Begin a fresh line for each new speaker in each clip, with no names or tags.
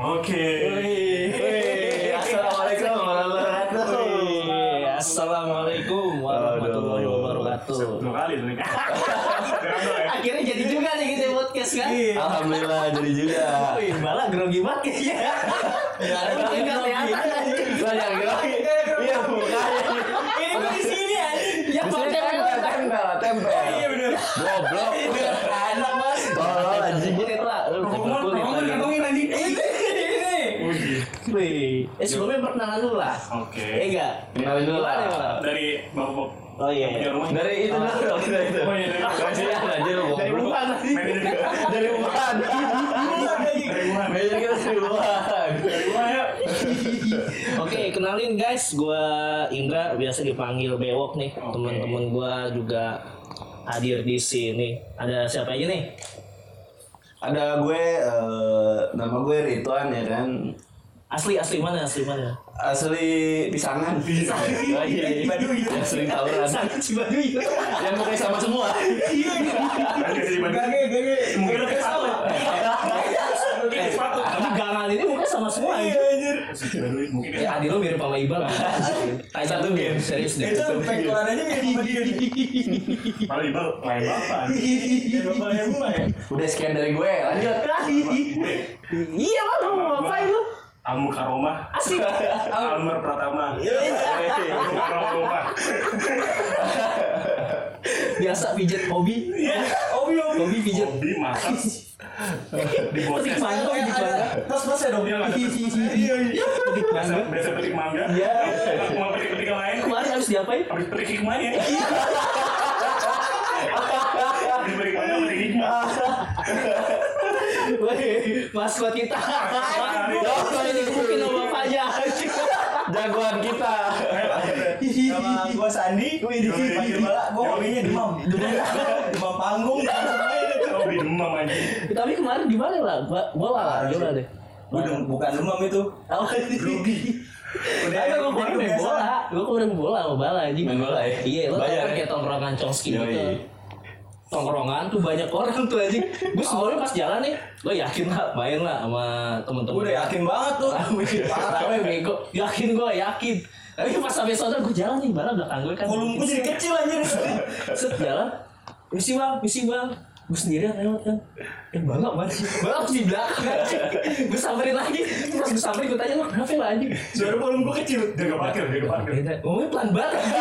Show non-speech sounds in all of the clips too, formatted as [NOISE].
Oke.
Wih, Assalamualaikum warahmatullahi wabarakatuh. Assalamualaikum warahmatullahi wabarakatuh.
Dua kali tuh nih. Jangan dong ya.
Eh, Akhirnya jadi juga nih kita podcast kan.
Iya. Alhamdulillah jadi juga.
Wih, malah grogi banget kayaknya.
Gak Iya, ada
Emang nggak kelihatan, kan? anjing.
Lah yang grogi. Iya mukanya.
Ini gue di sini anjing. Ya
Maksudnya
konten
kan
gue
bukan tempel, tempel.
Iya bener.
Goblok.
Anak mas.
Tolol Oh, anjing.
Dipukulin lah.
Lu dipukulin
Ngomongin,
lagi.
ngomongin anjing. Ini.
Uji.
Wih, eh sebelumnya perkenalan dulu lah.
Oke.
Eh enggak.
Kenalin dulu lah.
Gimana, ya, Bang?
Dari bapak
Oh iya.
punya rumah.
Dari itu dulu dong, dari itu.
Oh iya dari
Kasihan aja lu
Dari
[LAUGHS] goblok.
Wuhan tadi.
Manajer kita.
Dari Wuhan.
Dari Wuhan.
Manajer kita dari Wuhan.
Dari Wuhan ya.
Oke, kenalin guys, gue Indra, biasa dipanggil Bewok nih.
Oke.
Teman-teman gue juga hadir di sini. Ada siapa aja nih?
Ada gue, eh, nama gue Rituan ya kan
Asli asli mana? Asli mana?
Asli pisangan Oh, iya, iya. Asli tawuran
Sangat Cibaduyut.
[LAUGHS] Yang mukanya sama semua
Iya,
Dari dari Bandung. Mungkin lu kayak sepatu. Mungkin kayak sepatu.
Di gangan ini mungkin sama semua
Iya,
aja.
Mungkin kayak
Ya, Adi lo mirip sama
[LAUGHS]
Iqbal. Tai satu game serius deh.
pengkolanannya mirip sama dia nih.
Padahal Iqbal main bapak. Main bapak yang gua ya.
Udah sekian dari gue, lanjut
Gue,
Iya lah, lu mau ngapain lu?
Al Mukaromah,
Asli.
Almer Pratama. Al Mukaromah.
Biasa pijet hobi.
Obi Obi.
Hobi pijet.
Hobi masak di
Petik
podcast.
mangga, petik mangga.
Pas pas ya dong.
Iya, nggak ada.
Iya iya.
Petik
Biasa
mangga.
biasa petik mangga.
Iya.
Aku mau petik petik yang lain.
Kemarin harus diapain?
Habis petik hikmah ya. Habis petik mangga petik hikmah.
Woi, maskot kita. Dokter ini mungkin sama bapaknya.
Jagoan kita
Sama gua Sandi, gue di
Yoi.
panggil bala, gua
Yoi.
hobinya demam. Demam demam
[LAUGHS]
panggung.
Hobi demam aja.
Tapi kemarin gimana lah? Ba- Bola lah,
Parah sih.
gimana deh?
Gua dem- bukan demam itu.
Apa
Grogi.
Udah, gue kemarin main
biasa.
bola, gue kemarin main bola sama bala anjing.
Main bola ya?
Iya, lo tau
Bayar
kan
ya?
kayak tongkrongan congski gitu.
Yoi.
Tongkrongan tuh banyak orang tuh anjing. Gue sebelumnya pas jalan nih, gue yakin lah main lah sama temen-temen.
Gua udah
ya?
yakin banget tuh.
Rame, rame bego. Yakin gue, yakin. Tapi pas sampai sana gue jalan nih, bala belakang gue kan.
Volume gua jadi kecil anjir.
set jalan misi bang misi bang gue sendirian lewat kan yang bangga banget sih bangga harus di belakang anjing. gue samperin lagi pas gue samperin gue tanya lo kenapa lo anjing
Suara volume gua kecil. Jaga parkir, jaga parkir.
Beda. ngomongnya pelan banget anjing.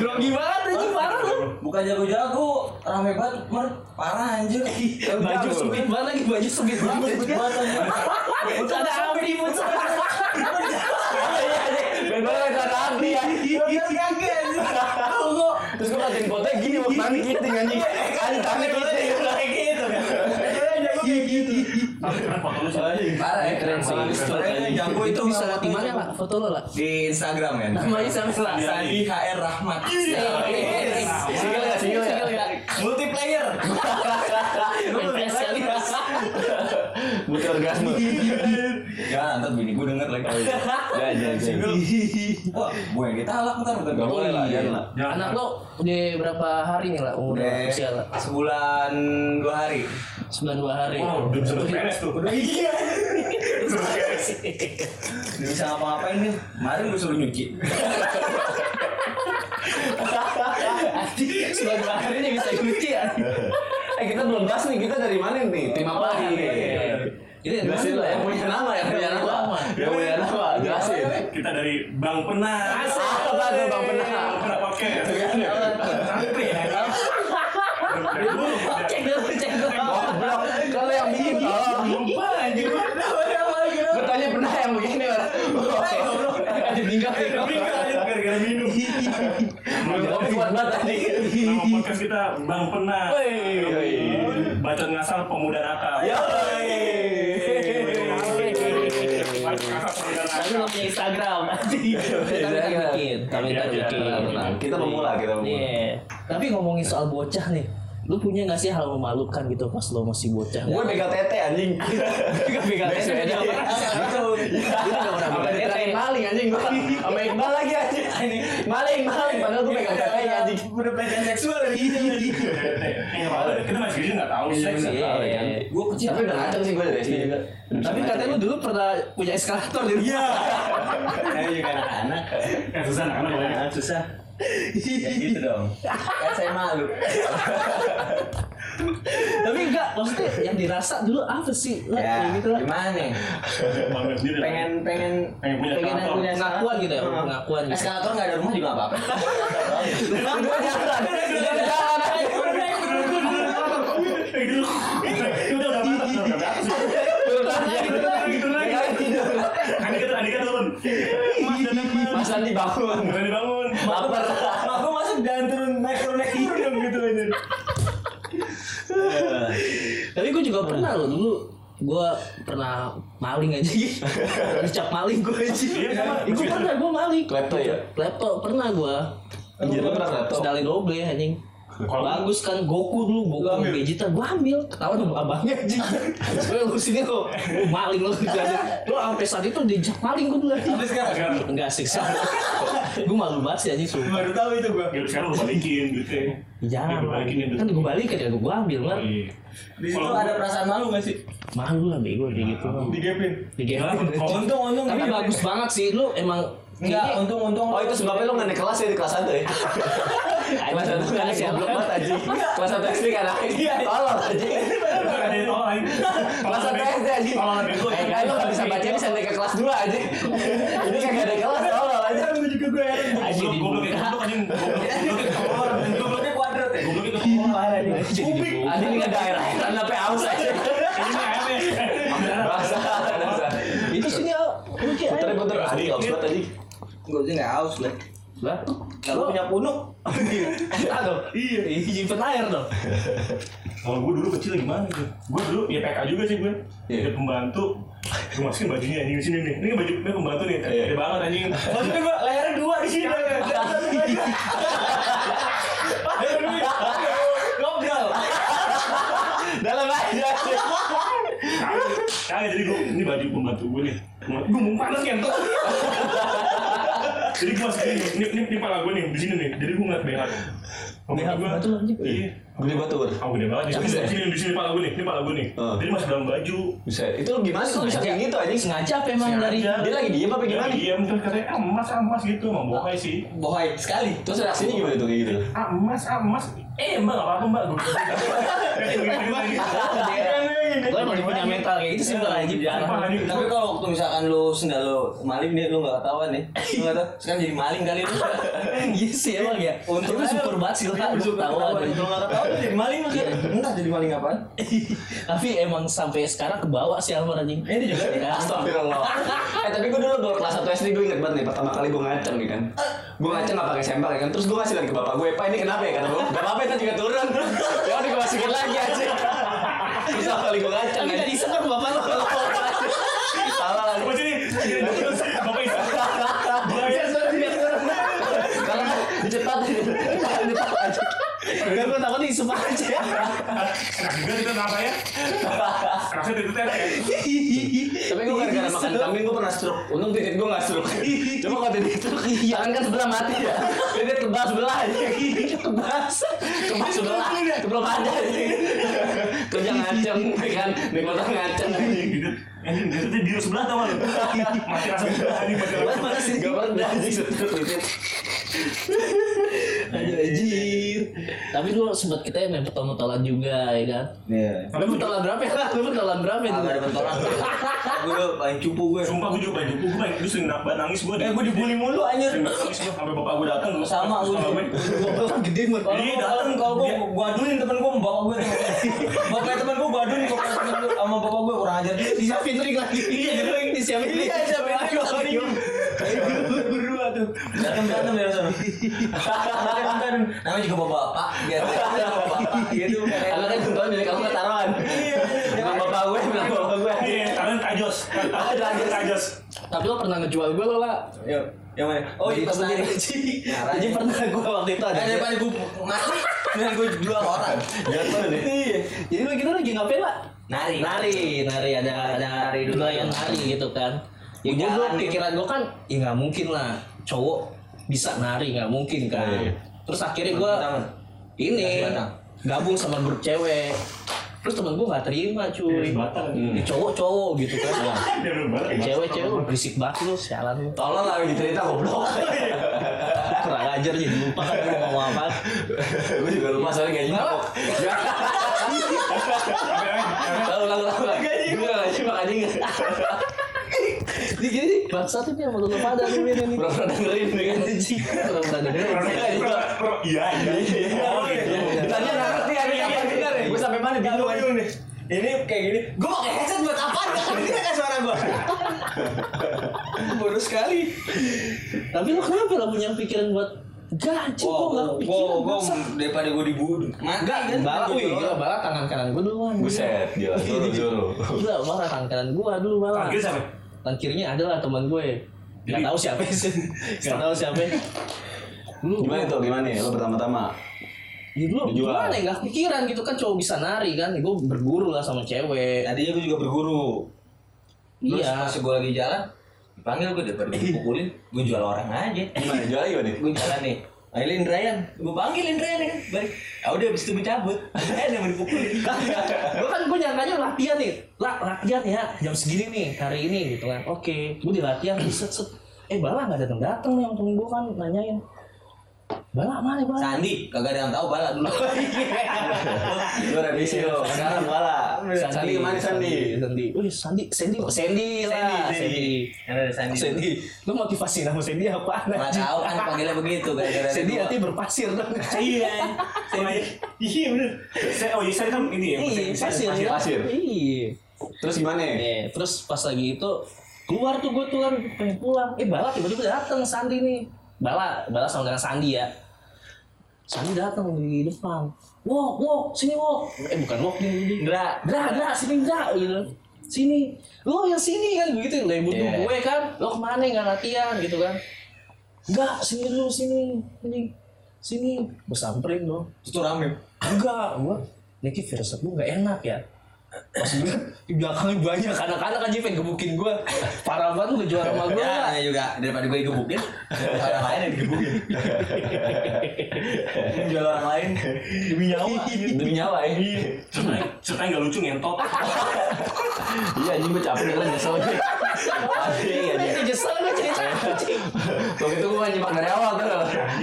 grogi banget anjing parah lo
Bukan jago-jago, rame banget, mer. Parah
[LAUGHS]
anjir.
baju sempit banget lagi baju sempit banget
Rambut banget anjir.
Udah ada api pun
Bener ada Abdi ya
Biar kaget anjir. Tahu gua.
Terus gue latihan fotonya gini,
Iya.
mau tangan
gitu,
kiting anjing Anjing tangan kiting
Kayak gitu kan. Jago
Iya,
kayak gitu.
Tapi kenapa kalau lu sih?
Parah ya
Keren sih.
Makanya jago itu
bisa
nggak
di
foto
mana lah foto lo lah
[LAUGHS] di Instagram ya.
namanya sama lah
Sandi HR Rahmat.
Single nggak, single nggak?
ya?
ya? Multiplayer.
Butuh orgasme
Ya, ntar bini gue denger lagi.
Ya, ya, ya
Wah, gue yang ditalak ntar bukan
Nggak boleh
Iya.
lah, jangan lah.
Jangan.
Anak lo udah berapa hari nih lah umur
Udah
usia lah?
sebulan dua hari.
Sembilan dua hari.
Wow, udah bisa beres tuh.
Udah
[LAUGHS]
iya.
Udah beres.
Gak bisa ngapa-ngapain nih. Kemarin gue suruh nyuci.
Sembilan dua hari ini bisa nyuci ya.
Eh kita belum bahas nih, kita dari mana nih? Tim apa nih?
Jadi
Jelasin lah, yang punya nama, yang punya nama Yang punya nama, jelasin
Kita dari Bang Pena.
Asal.
Apa tuh Bang Pena?
Bang Pena podcast.
Sampai ya.
Dari dulu, udah.
Cek dulu, cek dulu.
Goblok, kalau yang bikin tolong
Lupa anjir.
Gue tanya pernah yang begini orang
Ada tinggal tinggal.
Gara-gara minum.
Kopi kuat banget tadi
Nama podcast kita Bang Pena. Bacot ngasal pemuda nakal. Bacot ngasal pemuda
Tapi
nakal.
lo punya Instagram nanti. Tapi ntar bikin, tapi Nah, ntar
Iya, iya,
bikin.
iya, iya.
Kita pemula, kita pemula.
Iya. Tapi ngomongin soal bocah nih. lu punya gak sih hal memalukan gitu pas lo masih bocah?
Gue begal tete anjing.
Gak pegang
Next
tete,
aja.
gak pernah. Gitu. Gue gak
Sama
pernah
dia
pegang tete.
terakhir maling anjing gue. Sama Iqbal lagi anjing. Maling maling padahal gue
Iya,
pegang
Iya,
tete anjing.
Udah pengen seksual ini. Kita masih gini nggak tahu sih.
Seks, iya,
Nggak tahu,
iya.
kan?
Gue kecil.
Tapi udah ngacem sih gue dari SD juga.
Iya. Tapi katanya lu dulu pernah punya eskalator di rumah.
Saya juga anak-anak.
Kan susah anak-anak banyak.
Anak susah. Ya gitu dong. Kan saya malu.
Tapi enggak, maksudnya yang dirasa dulu apa sih? Lah,
Ya,
kayak gitu lah.
gimana nih?
Bangga sendiri.
Pengen pengen
Pengen punya kantor.
Pengakuan gitu ya, pengakuan gitu.
Eskalator nggak ada rumah juga nggak apa-apa.
Udah jalan, udah jalan.
Eh, gitu. Ini udah udah batas, udah batas. Turun lagi, turun lagi. Andika turun, Andika turun. Mas dan Mas.
Mas Andi bangun.
Udah dibangun.
Baper.
Aku masuk dan turun naik turun naik turun dong gitu aja.
Tapi gue juga pernah loh dulu gue pernah maling aja gitu dicap maling gue aja
Iya, sama.
gue pernah gue maling
Klepto ya?
laptop pernah gue
Anjir lu pernah klepto.
sedalin doble anjing
Kalau-
bagus kan Goku dulu Goku
Lu ambil?
gadgetan gue ambil ketawa sama abangnya
[LAUGHS]
anjing gue lu sini lo maling lo lo sampai saat itu dijak maling gue dulu
Tapi sekarang
Sekarang
enggak sih gue malu banget sih anjing sumpah
baru tahu itu gua.
Ya, sekarang lu balikin gitu ya.
Iya,
jangan
Lu balikin itu.
kan gue balikin ya gue ambil kan
Iya.
Di situ
Kalau-
ada perasaan malu nggak sih?
malu lah bego kayak gitu kan
Digepin.
Digelar.
Iya. Untung untung
Tapi
digepin.
bagus banget sih lu emang
Enggak, untung untung.
Oh itu sebabnya lu nggak naik kelas ya di kelas satu ya? Kelas satu nggak naik goblok banget anjing. Kelas satu SD kan naik.
Iya,
Tolol anjing.
Nggak ada yang tahu, anjing.
Kelas satu SD anjing.
Kalau nggak bego,
Eh
ya.
kan lu nggak bisa baca bisa naik ke kelas dua anjing. Ini kan nggak naik kelas tolol anjing.
Gue juga gue heran.
Goblok, goblok, goblok, anjing. Goblok, goblok,
Gobloknya kuadrat ya.
goblok, goblok, goblok.
Kupik.
Anjing nggak ada air-airan sampai haus aja.
Ini aneh.
Bahasa. bahasa.
Itu sini oh, lu kayak
Puter puter anjing haus banget anjing.
Gue tuh nggak haus lah.
Lah,
Kalau punya punuk.
entah dong. Iya, nyimpen air dong.
Kalau gue dulu kecil gimana gitu? Gue dulu ya PK juga sih gue.
Iya.
Ada pembantu. Gue masukin bajunya anjing di sini nih. Ini baju ini pembantu nih.
Iya.
Gede banget anjing.
Maksudnya gue layarnya dua di
Iya.
sini. Ngobrol.
Dalam aja. anjing.
Kagak jadi gue ini baju pembantu gue nih. Gue mau panas kan. Jadi gue masukin ini, ini, ini, ini pala gue nih di sini nih. Jadi gue ngeliat BH.
BH pembantu anjing.
Iya.
Beli batur.
Aku gede Oh. banget di sini, di sini, di sini pala gue nih, ini pala gue nih.
Heeh.
Jadi masih dalam baju.
Bisa. Itu lu gimana sih lu bisa kayak gitu anjing?
Sengaja apa emang
Sengaja.
dari
Dia lagi diem apa gimana?
Iya, terus katanya ah, emas, ah, emas gitu, mau bohai sih.
Bohai sekali.
Terus reaksinya gimana tuh kayak gitu?
Ah, emas, ah, emas. Eh, mbak, nggak apa-apa mbak. Gua-
Lu emang punya mental kayak gitu sih lu anjing.
Apa, anjing?
Tapi kalau waktu misalkan lu sendal lu maling nih lu nggak ketahuan nih. Lu nggak tahu. Sekarang jadi maling kali lu.
Iya sih emang ya. Untung
Untung aja.
syukur banget sih lu
Iya, bersyukur
tahu Iya,
ketahuan.
ada.
Kalau nggak ketahuan lu jadi maling lu kan. Entah jadi maling apaan.
Tapi emang sampai sekarang kebawa sih Alvar anjing.
Ini juga nih.
Ya.
Astagfirullah. eh tapi gue dulu gue kelas 1 SD gue inget banget nih pertama kali gue ngaceng nih kan. Gue ngaceng gak pakai sempak ya kan. Terus gue ngasih lihat ke bapak gue, "Pak, ini kenapa ya?" kata gue. "Gak apa-apa, itu juga turun." ya udah gue masukin lagi aja. Bisa kali gue ngaceng
Tapi
aja.
tadi sekarang bapak lu. Iya,
Salah lagi.
Bapak sini, sini, terus. Bapak isi.
Biar turun, biar turun. Kalau nggak, dicetat aja. Dicetat aja.
Gak gue takut nih semua aja.
Enak juga kita kenapa ya? Rasanya titik-titik ya.
Tapi gue gara-gara makan kambing gue pernah stroke. Untung titik gue gak stroke. Cuma kalau titik stroke, iya kan kan sebelah mati ya. Titik kebas sebelah aja. Kebas. Kebas sebelah. Belum ada aja. Kerja ngaceng kan. Naik motor ngaceng.
Gitu. Anjing, titik-titik biru sebelah tau nggak lu? Masih rasa sebelah, anjing, masih rasa sebelah.
Mana sih? Gak pernah anjing stroke titik.
Anjir. Tapi dulu sempat kita main petolan-petolan juga ya kan.
Iya.
Lu petolan berapa ya? Lu petolan berapa ya?
Agak ada pentolan. Gue dulu paling cupu gue.
Sumpah gue juga baju gue main, gue sering nabah nangis gue.
Eh gue dibully mulu anjir.
Sering nangis gue, sampai bapak gue datang. gua-
Sama gue.
sama
Petolan gede banget.
Kalau
Iya,
gua- kalau
dateng.
kalau gue
Dia-
gue aduin temen gue sama bapak gue. Bapak temen gue gue aduin bapak temen gue sama bapak gue kurang ajar dia.
Disiapin ring lagi. Iya, ring disiapin ring.
Ayo, ayo. Berdua tuh. Berantem berantem
ya,
dari sana. Berantem berantem. Namanya juga bapak bapak. Biar
Iya,
dia bapak bapak gitu.
kan
Anaknya bentukan milik aku ketaruhan.
Iya,
Bilang bapak gue, bilang bapak gue.
Iya, tangan tajos. Tangan tajos.
Tapi lo pernah ngejual gue lo lah.
Yuk, Yang mana? Oh iya
Jadi
pas
pernah.
nari.
Jadi pernah gue waktu itu ada.
Eh daripada gue mati.
Dengan gue dua orang.
Jatuh nih.
Iya. Jadi lu kita lagi ngapain lah?
Nari.
Nari, nari ada ada nari dulu yang nari gitu kan. Ya gue
Jalan.
pikiran gue kan, ya nggak mungkin lah cowok bisa nari nggak mungkin kan.
Iya.
Terus akhirnya gue
Tangan.
ini
Tangan.
gabung sama grup cewek. Terus temen gue nggak terima cuy.
Iya, Sebatang.
Ini cowok-cowok gitu kan.
Dia belum balik.
Cewek-cewek berisik banget lu, sialan lu.
Tolong lah lagi cerita goblok.
Kurang ajar jadi lupa kan gua mau ngomong apa.
Gue juga lupa soalnya Ya, gajinya kok.
Lalu lalu lalu. Gue lagi makan ingat. Jadi gini, bangsa tuh yang mau lu pada lu ini.
Pernah dengerin dengan
Anjing. Kurang-kurang ada.
Iya, iya, iya.
oh, Ditanya nggak ngerti hari ini apa benar ya?
Gue sampai mana bingung aja.
Bingung nih. Ini kayak gini. Gue pakai headset buat apa? Gak kedengeran kan suara gue. Bodoh sekali.
Tapi lu kenapa lu punya pikiran buat gaji kok
Wow,
enggak
wow,
kepikiran
wow,
bangsa.
daripada gue dibunuh. Mati kan?
Balak, wih,
Gitu.
gila balak tangan kanan gue duluan. Iya,
Buset, gila. Suruh, suruh.
Gila, balak tangan kanan gue dulu balak.
Akhirnya siapa?
Tangan kirinya adalah teman gue. Gak
Jadi-
tahu siapa sih. Gak tahu siapa. Lu
Gimana tuh, gimana ya? Lo pertama-tama.
Ya lu
Dijual.
gimana ya gak kepikiran gitu kan cowok bisa nari kan Gue berguru lah sama cewek
Tadinya gue juga berguru. Terus
Iya
pas gue lagi jalan, dipanggil gue daripada
Iya.
dipukulin, gue jual orang aja.
Gimana, jual aja ya? nih?
gue jalan nih. Panggilin Ryan, gue panggilin Ryan ya kan, balik. Ah udah abis itu gue cabut, Ryan yang mau dipukulin.
Gue kan gue nyangkanya latihan nih lah latihan ya jam segini nih hari ini gitu kan Oke gue di latihan set set Eh Bala gak dateng-dateng nih yang temen gue kan nanyain Bala mana Bala? [LAUGHS]
[LAUGHS]
Sandi, kagak ada yang tahu bala dulu.
Lo revisi lo. Sekarang bala. Iya. Sandi kemana, Sandi?
Sandi. Wih, Sandi, Sandy, Sandy lah,
Sandy.
Sandy.
Karena ada Sandi.
Sandy, lu motivasi nama Sandy apa?
Nggak tahu kan panggilnya begitu, gara-gara ada
Sandy
dua.
hati berpasir dong.
Iya. Saya- Iya, bener. Saya- Oh, iya, saya kan ini ya.
Iya,
saya-
pasir.
pasir,
ya.
pasir.
Iya.
Terus gimana ya?
Eh, terus pas lagi itu keluar tuh gue tuh kan pengen pulang. Eh, Bala tiba-tiba dateng Sandi nih. Bala, Bala sama dengan Sandi ya. Sandi datang di depan. Wok, wok, sini wok. Eh bukan wok nih, ini.
Indra.
Dra, dra, sini dra, gitu. Sini. Lo yang sini kan begitu lembut
Iya.
gue kan. Lo kemana nggak latihan gitu kan? Enggak, sini dulu sini, sini, sini. Gue samperin dong
Itu
[LAUGHS]
rame.
enggak gua Niki firasat gua nggak enak ya pas gua di belakangnya banyak anak-anak aja pengen gebukin gua parah banget lu juara sama gua
Ya, namanya juga daripada gue digebukin, orang lain
[LAUGHS]
yang digebukin. Jual orang lain demi nyawa.
Demi nyawa ya?
Ceritanya ceritanya nggak lucu ngentot.
Iya, anjing gue capek dengerin nyesel gue. Anjing,
Iya,
anjing.
itu jesel gua cerita anjing.
Waktu itu gue nyimak dari awal tuh.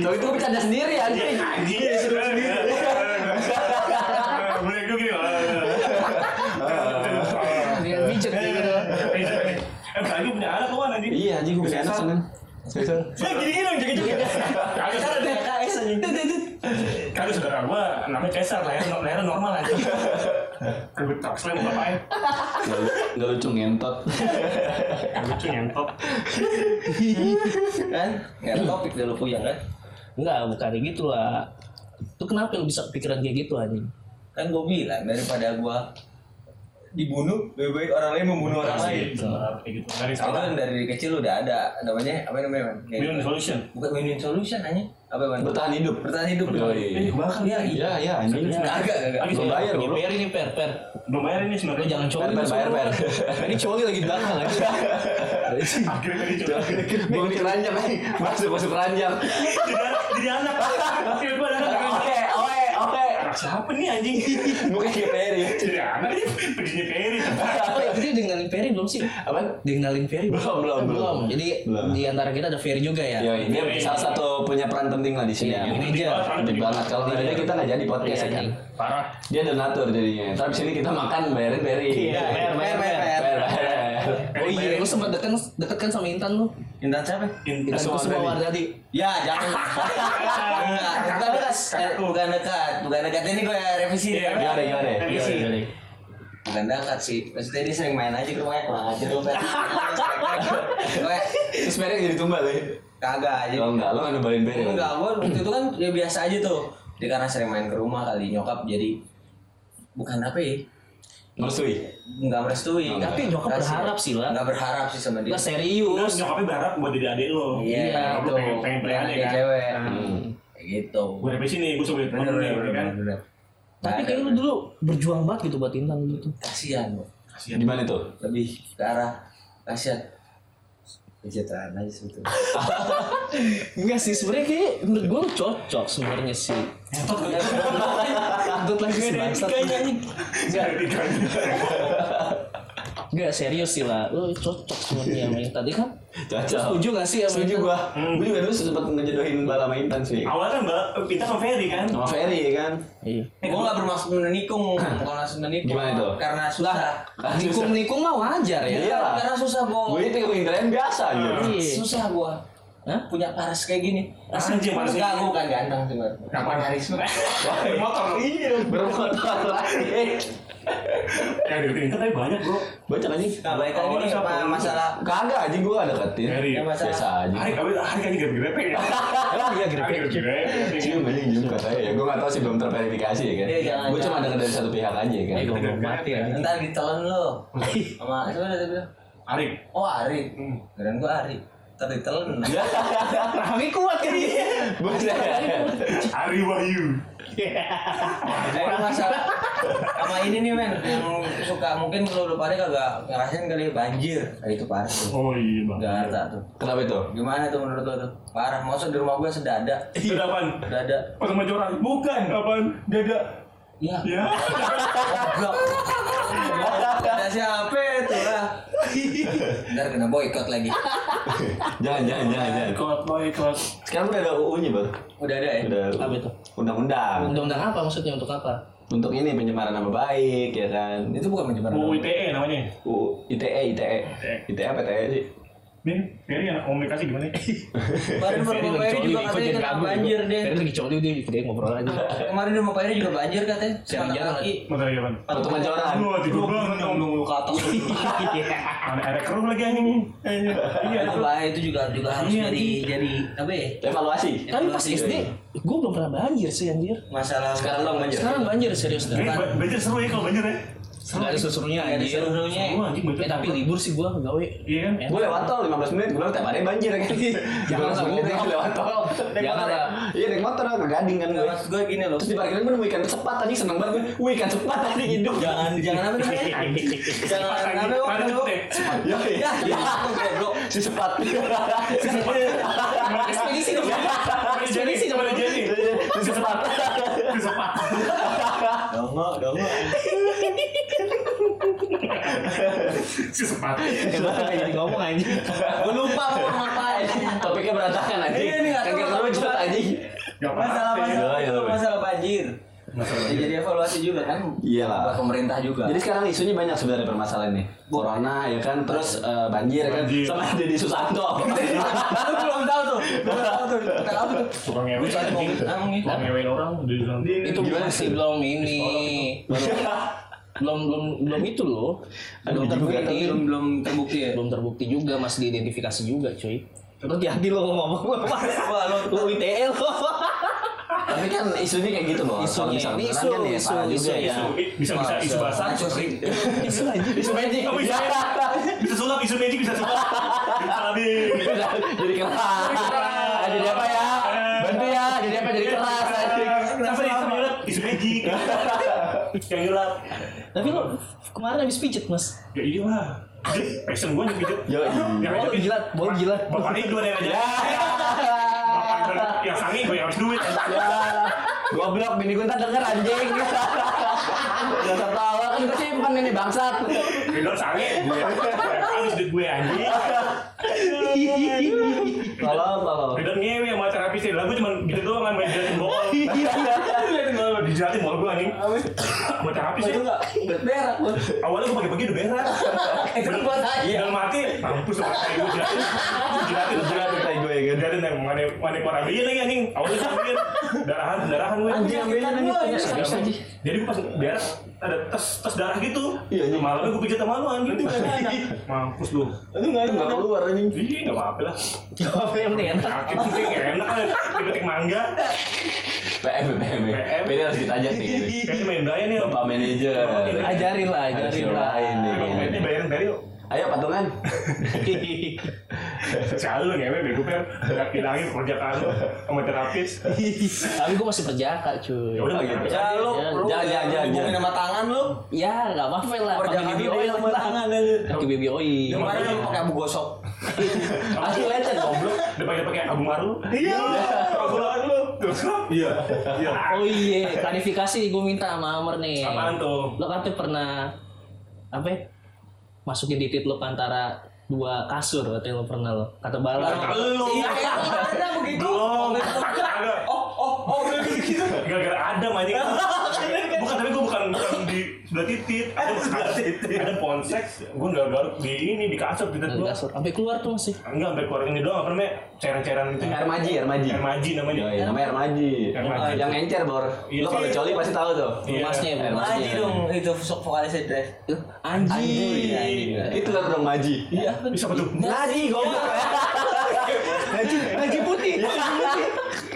Waktu itu gue bercanda sendiri anjing.
Iya, seru sendiri. Boleh gue gini.
Dia pijet gitu.
Iya. Eh, berarti gue punya anak kawan anjing.
Iya, anjing gue bercanda enak seneng. Seriusan.
Ya gini dong, jaga-jaga. Kagak
Kan ada TKS anjing. Tut, tut, tut.
Kagak saudara gue, namanya Cesar, lahir lahir normal aja. Gue tak selain bapaknya.
Nggak lu- Nggak lucu ngentot.
Lucu ngentot.
Kan? Nggak ada topik deh lu puyeng kan?
enggak bukan gitu lah lu kenapa lu bisa kepikiran kayak gitu anjing
Kan gue bilang daripada gue dibunuh lebih baik orang lain membunuh orang lain.
Gitu, kayak gitu. Dari
Itu
salah.
kan dari kecil udah ada namanya apa namanya man? Kayak-
Million solution.
bukan win-win solution aja apa man?
Bertahan hidup.
bertahan hidup
Yoi.
Bahkan
Iya, iya.
Iya, iya anjing.
Agak, agak, agak.
Habis
Belum bayar, goblok.
per ini per per
belum bayar ini
lu
sebenarnya.
jangan cowok
Per, per, bayar, per.
ini cowok lagi di
[LAUGHS]
belakang anjing.
Akhirnya tadi coba.
Gue keranjang anjing. Masuk masuk keranjang.
Jadi- Jadi anak. Akhirnya gue anak.
Oke, oke, oke.
Anak siapa nih anjing?
Mukanya kayak Perry.
Jadi anak ini pedihnya Perry.
Oh, itu dia dikenalin Ferry belum sih?
Apaan?
Dikenalin Ferry
Belum, belum, belum.
Jadi
Belum.
di antara kita ada Ferry juga ya.
Ya, dia salah satu punya peran penting lah di sini.
Iya,
kan?
ini
Gede
dia.
banget,
Gede
gede
banget kalau nggak ada dia, kita nggak jadi podcast ya
Iya,
kan.
nih.
Parah.
Dia donatur jadinya. Tapi sini kita makan bayarin beri.
Iya,
bayar, bayar, bayar.
Oh iya, lu sempat deket, deket kan sama Intan lu? Kan
Intan siapa?
Intan
Kusuma
Kusuma Wardadi.
Ya,
[LAUGHS]
jangan. Enggak, bukan dekat, Eh, bukan dekat, bukan dekat. Ini gue revisi.
Iya,
nih.
Gimana, gimana?
Revisi.
iya,
Bukan dekat sih. Maksudnya dia sering main aja ke rumahnya. Kurang ajar lu, Fer. Gue
Terus beri jadi tumbal ya?
kagak aja.
Lo enggak, lo nggak ya? nembalin beri.
Enggak, gue waktu itu kan ya biasa aja tuh. Dia karena sering main ke rumah kali nyokap jadi bukan apa ya?
Merestui.
Enggak merestui.
Enggak.
Tapi
nyokap berharap sih, lah.
Enggak berharap sih sama dia.
Lah
Terus
serius.
nyokapnya berharap buat jadi adik lo.
Iya,
Nyokap lo ya,
itu.
pengen pengen beli
Pengen
adik
adik
kan.
cewek.
Nah,
Hmm.
Ya gitu
Gue sampai sini, gue sampai
bener
temen nih, ya
bener
kan?
bener, bener
Tapi kayak lu dulu berjuang banget gitu buat Intan gitu.
kasihan lu.
Kasihan.
Di mana tuh?
lebih ke arah kasihan pencitraan aja sebetulnya
Enggak sih, sebenarnya kayak menurut gue lu cocok sebenarnya sih. Entut ya? lagi sih bangsat. Enggak,
Iya.
enggak serius sih lah. Lu cocok sebenarnya sama Intan. Dia kan
Cocok.
setuju gak sih sama
Setuju
Intan?
gua. Gua juga dulu sempat ngejodohin Mbak sama Intan sih.
Awalnya kan Mbak Pita sama Ferry kan?
Sama Ferry kan.
Iya.
gue gak Eh, bermaksud menikung kalau langsung menikung
Gimana itu?
karena susah
Nikung-nikung mah wajar ya.
Iya.
Karena- karena susah
Gue
gue
itu keindahan biasa aja.
Iya.
susah gue
Hah?
punya paras kayak gini
Anjing, paras
Enggak,
kayak
gue bukan ganteng cuma kapan hari
Motor.
Iya, bermotor lagi.
Yang deketin Intan gitu. tapi banyak bro.
Baca anjing.
Nah, balik lagi nih
Siapa?
apa masalah
Kagak anjing gua ada deketin.
Ferry.
Yang masalah-
Biasa aja.
Hari kami hari kan gerep gerepek ya.
Emang iya
Hari
grepe.
gerep gerepek.
Cium anjing cium katanya. Ya gua enggak tahu sih belum terverifikasi ya kan.
Iya, jangan,
Gua cuma
jangan.
denger dari satu pihak aja kan.
Eh,
[LAUGHS]
gua mau mati ya.
ntar ditelan lo sama siapa tadi bilang
Arif.
oh Ari keren gue Ari ntar ditelan
Iya.
Rahmi kuat kan?
Bener.
Ari Wahyu.
Nah, masalah sama ini nih men yang suka mungkin kalau lu pada kagak ngerasain kali banjir nah, itu parah tuh
Oh iya bang.
Jakarta tuh
Kenapa itu?
gimana tuh menurut lo tuh parah maksud di rumah gue sedada
Itu apaan?
sedada
Pas sama orang. Bukan. Apaan? Dada.
ya
Ya.
enggak ada siapa itu lah ntar kena boykot lagi
Jangan, jangan, jangan, jangan.
Ikut lo ikut.
Sekarang udah ada UU-nya, Bang.
udah ada ya
Udah
Apa itu?
undang-undang.
Undang-undang apa maksudnya untuk apa?
Untuk ini pencemaran nama baik, ya kan.
itu bukan penyebaran
Bu ITE E namanya.
UU ITE, ITE.
E.
ITE E apa ITE sih?
Nih, Ferry anak komunikasi gimana?
kemarin
Ferry
rumah
lagi coli,
Ferry juga
ikut
katanya
jadi
kena
kabur.
banjir deh
Ferry lagi coli dia ikut dia ngobrol aja.
kemarin rumah Ferry juga banjir katanya
Jangan-jangan
Patah
lagi.
kaki
Materi apaan?
Untuk pencoran.
Lu tiga banget dong.
lu ke
[LAUGHS]
atas
Iya. Ada ada keruh lagi anjing. Iya. Iya.
itu bahaya itu juga juga harus
Iya,
jadi jadi apa ya
Evaluasi.
Tapi pas SD,
iya.
gue belum pernah banjir sih anjir.
masalah
Sekarang doang banjir.
Sekarang banjir serius dah.
Ini ba- banjir seru ya kalau banjir ya.
Gak ada seserunya
Nggak ada
anjir.
Iya, seru-serunya.
Seru anjing banjir.
Eh tapi libur sih gue gawe.
Iya kan?
Gue lewat tol 15 menit, gue lewat tiap hari banjir kan. [LAUGHS]
Jangan lah,
15 menit
goblok.
aja lewat tol. Jangan
motor
lah. Iya, naik motor ke Gading kan
Nggak,
gue.
maksud gue gini loh
Terus di parkiran gue nemu ikan cepat tadi seneng banget gue. Wih, ikan cepat tadi hidup.
jangan jangan
[LAUGHS]
apa namanya jangan apa namanya
Panas
lu
teh.
Ya,
ya ya aku [LAUGHS] goblok
Si cepat. Si cepat.
Ekspedisi dong.
Iya. Ekspedisi
Ekspedisi dong.
jadi.
Si cepat.
Sepat.
dongo dongo
Sepat.
Jadi ngomong [LAUGHS] anjir.
gue lupa mau ngomong apa
Topiknya berantakan aja.
Iya, ini nggak tahu.
Kagak tahu cepat aja.
Gak
masalah masalah
Iya,
itu
iya.
masalah banjir Ya, jadi evaluasi juga kan
Iyalah.
buat pemerintah juga
Jadi sekarang isunya banyak sebenarnya permasalahan nih. Corona ya kan, terus eh, banjir ya kan,
Banjir.
sama Deddy Susanto.
[LAUGHS] [LAUGHS] aku belum tahu tuh belum tahu tuh kita tahu tuh
Suka ngewe.
Gua soalnya mau ngomong
iya.
nih.
Suka ngewe orang di dalam.
Itu
Gimana
masih
sih?
belum ini. Belum belum belum itu loh.
Aduh,
Belum
juga,
terbukti.
belum belum terbukti ya
Belum terbukti juga masih diidentifikasi juga cuy. Lo hati lo ngomong
wah lo
lo ITE lo. [LAUGHS]
Tapi kan isunya kayak gitu loh.
Isunya.
Kalau misalnya
Ini isu, isu,
beneran kan ya, parah juga
isu,
ya.
Isu- Bisa bisa isu basah.
Masalah
isu-
sering.
Isu aja.
Isu magic.
Oh,
iya.
isu Bisa sulap isu magic bisa sulap. Salah deh.
[LAUGHS] Jadi keras. Jadi apa ya?
Eh.
Bantu ya. Jadi apa? Jadi keras.
Iya,
anjing.
Sampai isu nyulap isu magic. Yang nyulap.
Tapi lo kemarin habis pijet mas.
Ya iya lah. Passion gue yang pijat.
Yo,
Yang
Bol
ada pijat.
jilat, bol jilat.
Bapaknya gue yang aja.
Ya.
Bapak gua yang sangi gue yang harus duit.
[LAUGHS] Goblok, bini gue ntar denger anjing [LAUGHS] Gak usah tawa, kan gue simpen ini bangsat
Bidor sange gue.
Iya.
Harus duit gue anjing.
Tolong, tolong
Beda ngewe sama terapisnya Lah gue cuman gitu doang sama jelatin
[LAUGHS]
bohong
Iya.
Jelatin bohong Dijelatin bohong gue anjing Sama terapis ya
enggak berberak gua
Awalnya gue pagi-pagi udah berak
Eh, kan
itu gua tanya
Dalam mati Mampus sama kayak gue jelatin Jelatin
Jelatin tai gue, ya kan?
Jelatin yang mana Mana orang bian lagi anjing Awalnya gue bian Darahan Darahan gue
Anjing, ambilnya
kita
nangis
dua,
ya.
punya
ini.
serius anjing
Jadi gue pas berak Ada tes tes darah gitu
Iya, anjing.
Malamnya gue pijat sama lu anjing Mampus lu
Itu nggak keluar anjing
Iya nggak apa-apa lah
Apa yang enak?
Sakit sih kayak enak lah Dipetik mangga
PM, PM,
PM.
Ini harus kita ajak nih
Kayaknya main Brian nih
Bapak manajer
Ajarin lah,
Harus
ajarin lah.
nyuruhain nih
[LAUGHS]
Ini bayarin dari yuk
Ayo patungan
Sekali lu ngewe bego pem, udah bilangin pekerjaan lu sama terapis.
Tapi gue masih perjaka cuy.
Ya
Oh,
udah
iya.
gitu.
Ya lu
Jangan,
lu
jangan,
jangan
jangan,
hubungin
jangan.
sama tangan lu.
Ya nggak apa-apa lah. Pakai
Perjalanan
baby
lu
oil
sama
lah.
tangan aja.
Pakai baby oil.
Kemarin lu pakai abu gosok.
Aku lecet goblok.
Udah pakai pakai abu maru. Iya. Abu maru. Terus Iya. Iya.
Oh iya, klarifikasi gue minta sama Amr nih.
Apaan tuh?
Lo katanya pernah apa? ya, Masukin titik lo antara dua kasur katanya lo pernah lo. Kata bala.
Lu.
Iya, kayak kemana
gitu.
begitu?
Belum.
oh,
Ada.
Oh, oh, oh, begitu.
Gara-gara Adam anjing. Bukan tapi gue bukan bukan di sebelah titit. Ada sebelah titit. Ada ponsek. Gue nggak garuk di ini di kasur titit
Dari
gue.
kasur. Sampai keluar tuh masih.
Enggak sampai keluar ini doang apa namanya? Cairan-cairan gitu.
Air maji, air maji.
Air maji namanya.
Yoi, namanya air maji.
Air maji.
Oh, Yang encer bor.
Iya.
Lo kalau coli pasti tahu tuh.
Iya.
Masnya ya,
Lagi
masnya.
dong itu sok vokalisnya Drive.
Iya.
Tuh, Anjing.
Itu kan dong maji. Iya.
Bisa apa tuh?
Ngaji goblok. Ngaji, ngaji putih.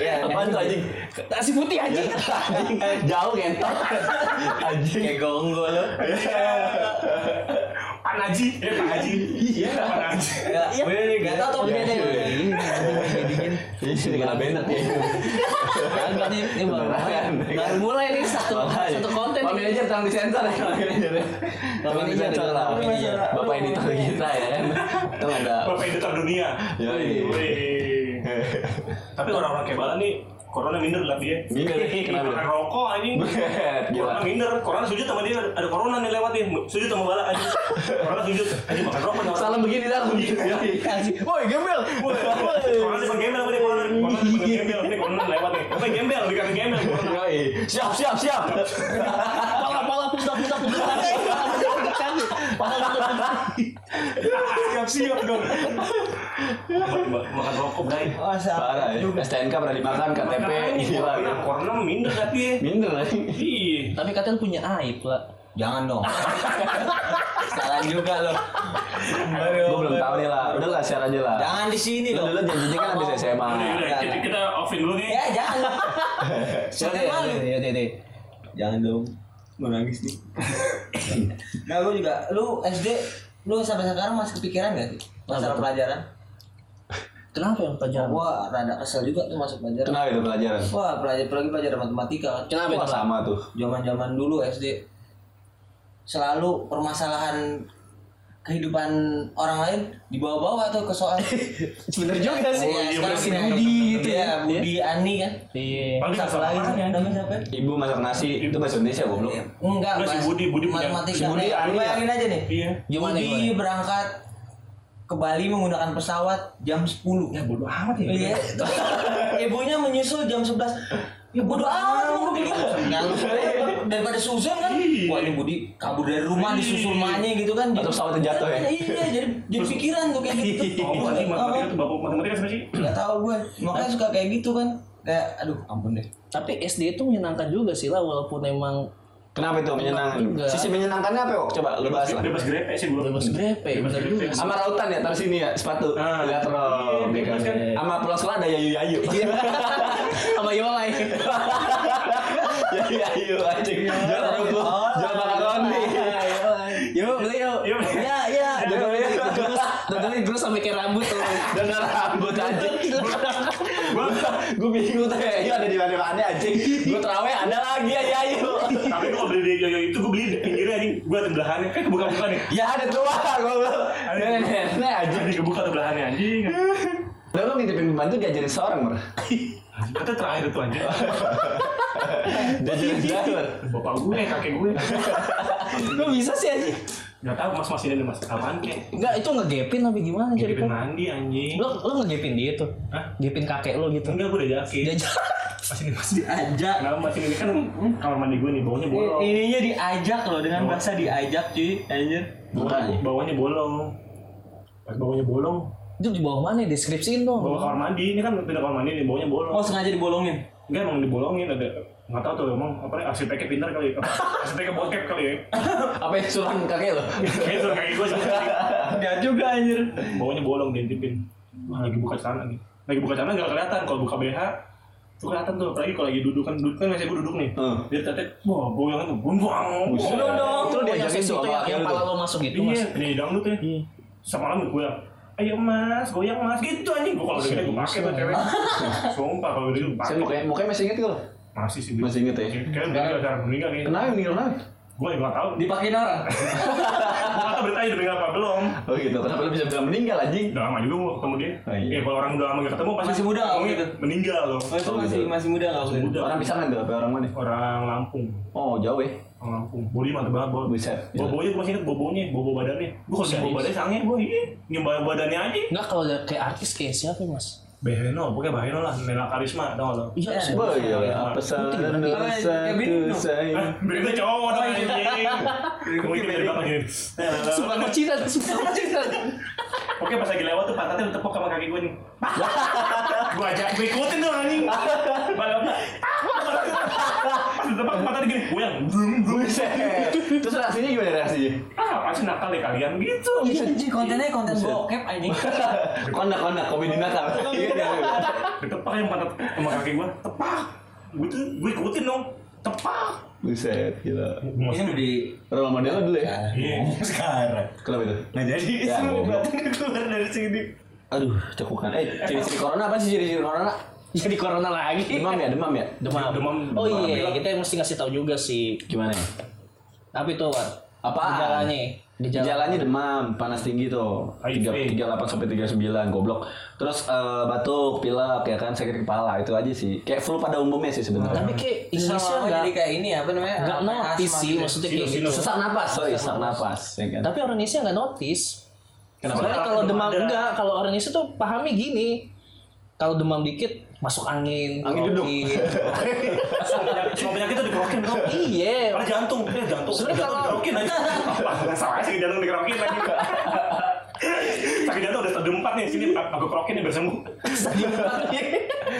Iya,
Apaan tuh anjing?
Nasi putih anjing.
Anjing, kan? Jauh ngentot. Anjing.
kayak gonggol lu.
Iya. Pak Naji, ya Pak Haji. Iya, Pak Naji.
Ya,
Iya.
enggak tahu tuh bedanya.
Ini kena benet ya.
Kagak nih, ini baru
Beneran.
baru iya. mulai nih satu
Makanya.
satu konten.
Pak manajer tolong disensor ya. Pak manajer. Tolong
manajer,
disensor lah. Iya.
Pak manajer.
Bapak editor kita ya kan. Itu ada.
Bapak editor dunia.
Yoi.
Wih. Tapi orang-orang kayak Bala nih Corona minder lah dia.
Minder, kenapa? Iya.
Makan rokok anjing.
Buset, gila.
Corona minder, Corona sujud sama dia ada corona nih lewat nih. Sujud sama Bala anjing. Corona sujud, anjing makan rokok nih orang.
Salam begini salam. Yoi. Woi gembel.
Corona depan gembel apa nih corona? Corona depan gembel, ini corona lewat nih. Apa gembel, dikata gembel. corona.
Yoi. Siap siap siap.
Pala pala pundak pundak pundak. Pala, pala, pundak, pundak, kaki. Pala, pundak, pundak.
Siap-siap dong. Makan rokok, Bray.
Parah ya. STNK pernah dimakan KTP
Makanya,
gila.
corona- Corona minder tapi ya.
Iya, Minder anjing.
Iya.
Tapi katanya punya aib lah.
Jangan
[LAUGHS]
dong. Salah juga lo.
Gue belum tahu nih lah. Udah lah share aja lah.
Jangan di sini
Lu dulu
lo.
janjinya kan habis
Udah, udah,
SMA.
Enggak,
kita,
enggak.
Iya, kita offin dulu nih.
Ya, jangan.
Sorry,
Jangan malu.
sorry,
Jangan dong. Mau nangis nih. nah, gue juga. Lu SD, lu sampai sekarang masih kepikiran gak sih? Masalah pelajaran?
Kenapa yang pelajaran?
Gua rada kesel juga tuh masuk pelajaran.
Kenapa itu pelajaran?
Wah, pelajar apalagi pelajaran matematika kan.
Kenapa
Wah
itu?
sama tuh.
Zaman-zaman dulu SD selalu permasalahan kehidupan orang lain dibawa-bawa tuh ke soal.
Bener juga
Oh,
sih.
Iya,
bener
sekarang
sih.
udah-
Budi
gitu ya.
Iya, Budi Ani kan.
Iya.
Paling
Siapa
masalah
lagi
orang
sih?
ya.
Namanya siapa? ya?
Ibu masak nasi itu bahasa Indonesia goblok.
Iya.
Enggak,
Enggak,
si
Mas.
Budi- Budi punya-
matematika.
si Budi
Nih,
ahli ya?
bayangin aja nih.
Iya.
Gimana,
Budi
gimana?
berangkat ke Bali menggunakan pesawat jam 10.
Eh,
Ya bodoh amat ya. Iya. [LAUGHS] Terus Ibunya menyusul jam 11. Ya bodoh amat lu gua bilang. Nah, daripada susun kan.
Iya.
Wah, ini Budi kabur dari rumah disusul emaknya gitu kan.
Atau pesawatnya jatuh ya?
Iya, jadi jadi pikiran tuh kayak gitu.
Oh, anjing matematika
Oh,
tuh bapak matematika siapa sih?
Nggak tahu gue. Makanya suka kayak gitu kan. Kayak aduh, ampun deh.
Tapi SD itu menyenangkan juga sih lah walaupun emang
Kenapa itu menyenangkan?
Enggak.
Sisi menyenangkannya apa kok? Coba lu bahas lah.
Bebas grepe sih dulu.
bebas
Hmm.
grepe.
Bebas
Bener
grepe.
juga. sih.
Sama rautan ya taruh sini ya sepatu.
Ah.
Lihat roh.
Iya,
ya kan?
bebas kan?
Sama pulau sekolah ada yayu yayu.
Iya. Sama Yolai.
[LAUGHS] Yayu yayu anjing.
Iya.
Jangan
Oh,
taruh gua. Jangan makan roti.
Yuk, Iya. beli yuk.
Yuk.
Iya,
Ya, ya.
Yuk, yuk.
Dodolin gerus sampai kayak rambut tuh.
Dan rambut anjing. Gue bingung tuh yayu ada di mana-mana anjing. Gue terawih ada lagi ya yayu.
Tapi gua beli di yoyo itu gua beli di pinggirnya anjing. Gua tebelahannya. Eh kebuka-buka nih.
Ya ada keluar goblok. Nenek nenek anjing.
Anjing kebuka tebelahannya anjing.
Lah lu nitipin pembantu diajarin seorang,
[LAUGHS]
Mer.
Kata terakhir itu anjing.
Diajarin seorang.
Bapak gue, kakek gue.
Kok bisa sih anjing?
Enggak tahu Mas Mas ini ada Mas apaan kek.
Enggak, itu ngegepin apa gimana
Jadi kan-
jadi kan?
pengen mandi anjing.
Lo lo ngegepin dia tuh.
Hah?
Gepin kakek lo gitu.
Enggak, gue udah yakin.
Dia jalan.
Mas ini Mas ini.
Ajak.
Kenapa Mas ini kan hmm, kamar mandi gue nih baunya bolong.
Iya,
I- Ininya diajak loh dengan bahasa diajak cuy anjir.
Bawahnya bawahnya bolong. Pas bawahnya bolong,
[LAUGHS] Itu di bawah mana? ya? Deskripsiin dong.
bawa kamar mandi ini kan pindah kamar mandi nih bawahnya bolong.
Oh sengaja dibolongin.
Enggak emang dibolongin ada nggak tahu tuh emang apa nih arsiteknya pintar kali ya. [LAUGHS] arsiteknya bokep kali ya
Apa yang suruhan kakek lo?
kayak itu kayak gue sebenarnya
Dia juga anjir.
bawahnya bolong diintipin wah lagi buka celana nih lagi buka celana nggak kelihatan kalau buka BH tuh kelihatan tuh apalagi kalau lagi duduk kan duduk kan ngasih gue duduk nih
Hmm.
dia tetek wah boyong kan tuh buang
Buset.
buang
Itu
Itu
diajakin
diajakin
tuh
situ
sama
yang
kakek
yang
lu
pala
tuh.
lo masuk gitu
iya
mas.
ini dangdut ya semalam gue eh ayo mas goyang mas gitu anjing gua kalau gede gua pakai tuh cewek sumpah kalau gede gua
Saya
pakai
mukanya, mukanya masih inget tuh.
masih sih
Masih inget ya?
kayak udah udah meninggal nih
Kenapa nih kenapa?
gua juga nggak tahu
Dipakein orang.
gua nggak tahu beritanya demi apa belum
Oh gitu, kenapa lu bisa bilang meninggal anjing?
udah lama juga gua ketemu dia
Oh, iya.
ya kalau orang udah lama gak ketemu pasti
Masih muda,
ngomongnya
gitu.
meninggal loh
Oh, itu masih masih muda enggak waktu itu?
muda
Orang pisangan tuh, apa orang mana?
orang Lampung
Oh jauh ya?
orang Lampung bodi mantep banget boy
Buset.
Bobonya gue masih inget bobonya, bobo badannya. Gue kalau liat bobo badannya sange gue, iya, nyembah badannya aja.
Enggak kalau udah kayak artis kayak siapa mas?
Beheno, pokoknya Beheno lah, Nela Karisma, tau gak lo?
Iya,
Boy, ya, apa salah dosaku
Hah,
sayang?
Eh, Berita cowok dong anjing. Mungkin dari belakang gini.
[LAUGHS] Sumpah cinta, sumpah cinta.
Oke pas lagi lewat tuh pantatnya udah tepok sama kaki gue [LAUGHS] nih. Gue ajak, gue ikutin dong anjing. Balik apa? Tepok pantatnya gini, gue yang brum brum.
Buset. Terus reaksinya gimana reaksinya?
Ah, apa sih nakal ya kalian gitu?
Iya, anjing, kontennya konten bokep anjing.
Konak konak komedi nakal. Ingat nggak lu?
Ditepak yang pantat sama kaki gue, tepak. Gue tuh, gue ikutin dong, tepak.
Buset, gila.
Ini kan udah di
Rumah model lu dulu ya?
Iya.
sekarang.
Kenapa itu?
Nah jadi
Ya,
semua
goblok.
batangnya keluar dari sini.
Aduh, cekukan. Eh, ciri-ciri corona apa sih ciri-ciri corona?
Jadi Iya, corona lagi.
Demam ya, demam ya.
Demam.
Demam.
Oh
Demam.
iya, kita mesti ngasih tahu juga sih.
Gimana? ya?
Tapi tuh Wan,
Apa?
Gejalanya. Gejala.
Gejalanya demam, panas tinggi tuh.
Oh, iya.
HIV.
38 sampai 39 goblok. Terus eh, batuk, pilek ya kan, sakit kepala itu aja sih. Kayak flu pada umumnya sih sebenarnya.
Tapi kayak Indonesia
Indonesia
enggak
jadi kayak ini apa namanya?
enggak
Kayak
notice
asma
sih
gitu.
maksudnya kayak
Sinus,
Eh, gitu.
sinus.
Sesak napas, Ah, sorry, sesak napas ya kan.
Tapi orang Indonesia nggak notice.
Kenapa?
Soalnya
Kalau
kalau
demam
demam
ada.
enggak, kalau orang Indonesia tuh pahami gini. Kalau demam dikit masuk angin,
Angin gedung. [LAUGHS]
Semua penyakit- Semua penyakit itu dikerokin bro.
iya.
Karena jantung, eh jantung.
Sebenarnya
Jantung
kalau-
dikerokin
[LAUGHS]
aja. Apa? Nggak salah sih jantung dikerokin lagi. Sakit jantung udah stadium 4 nih sini aku aku kerokin nih biar sembuh.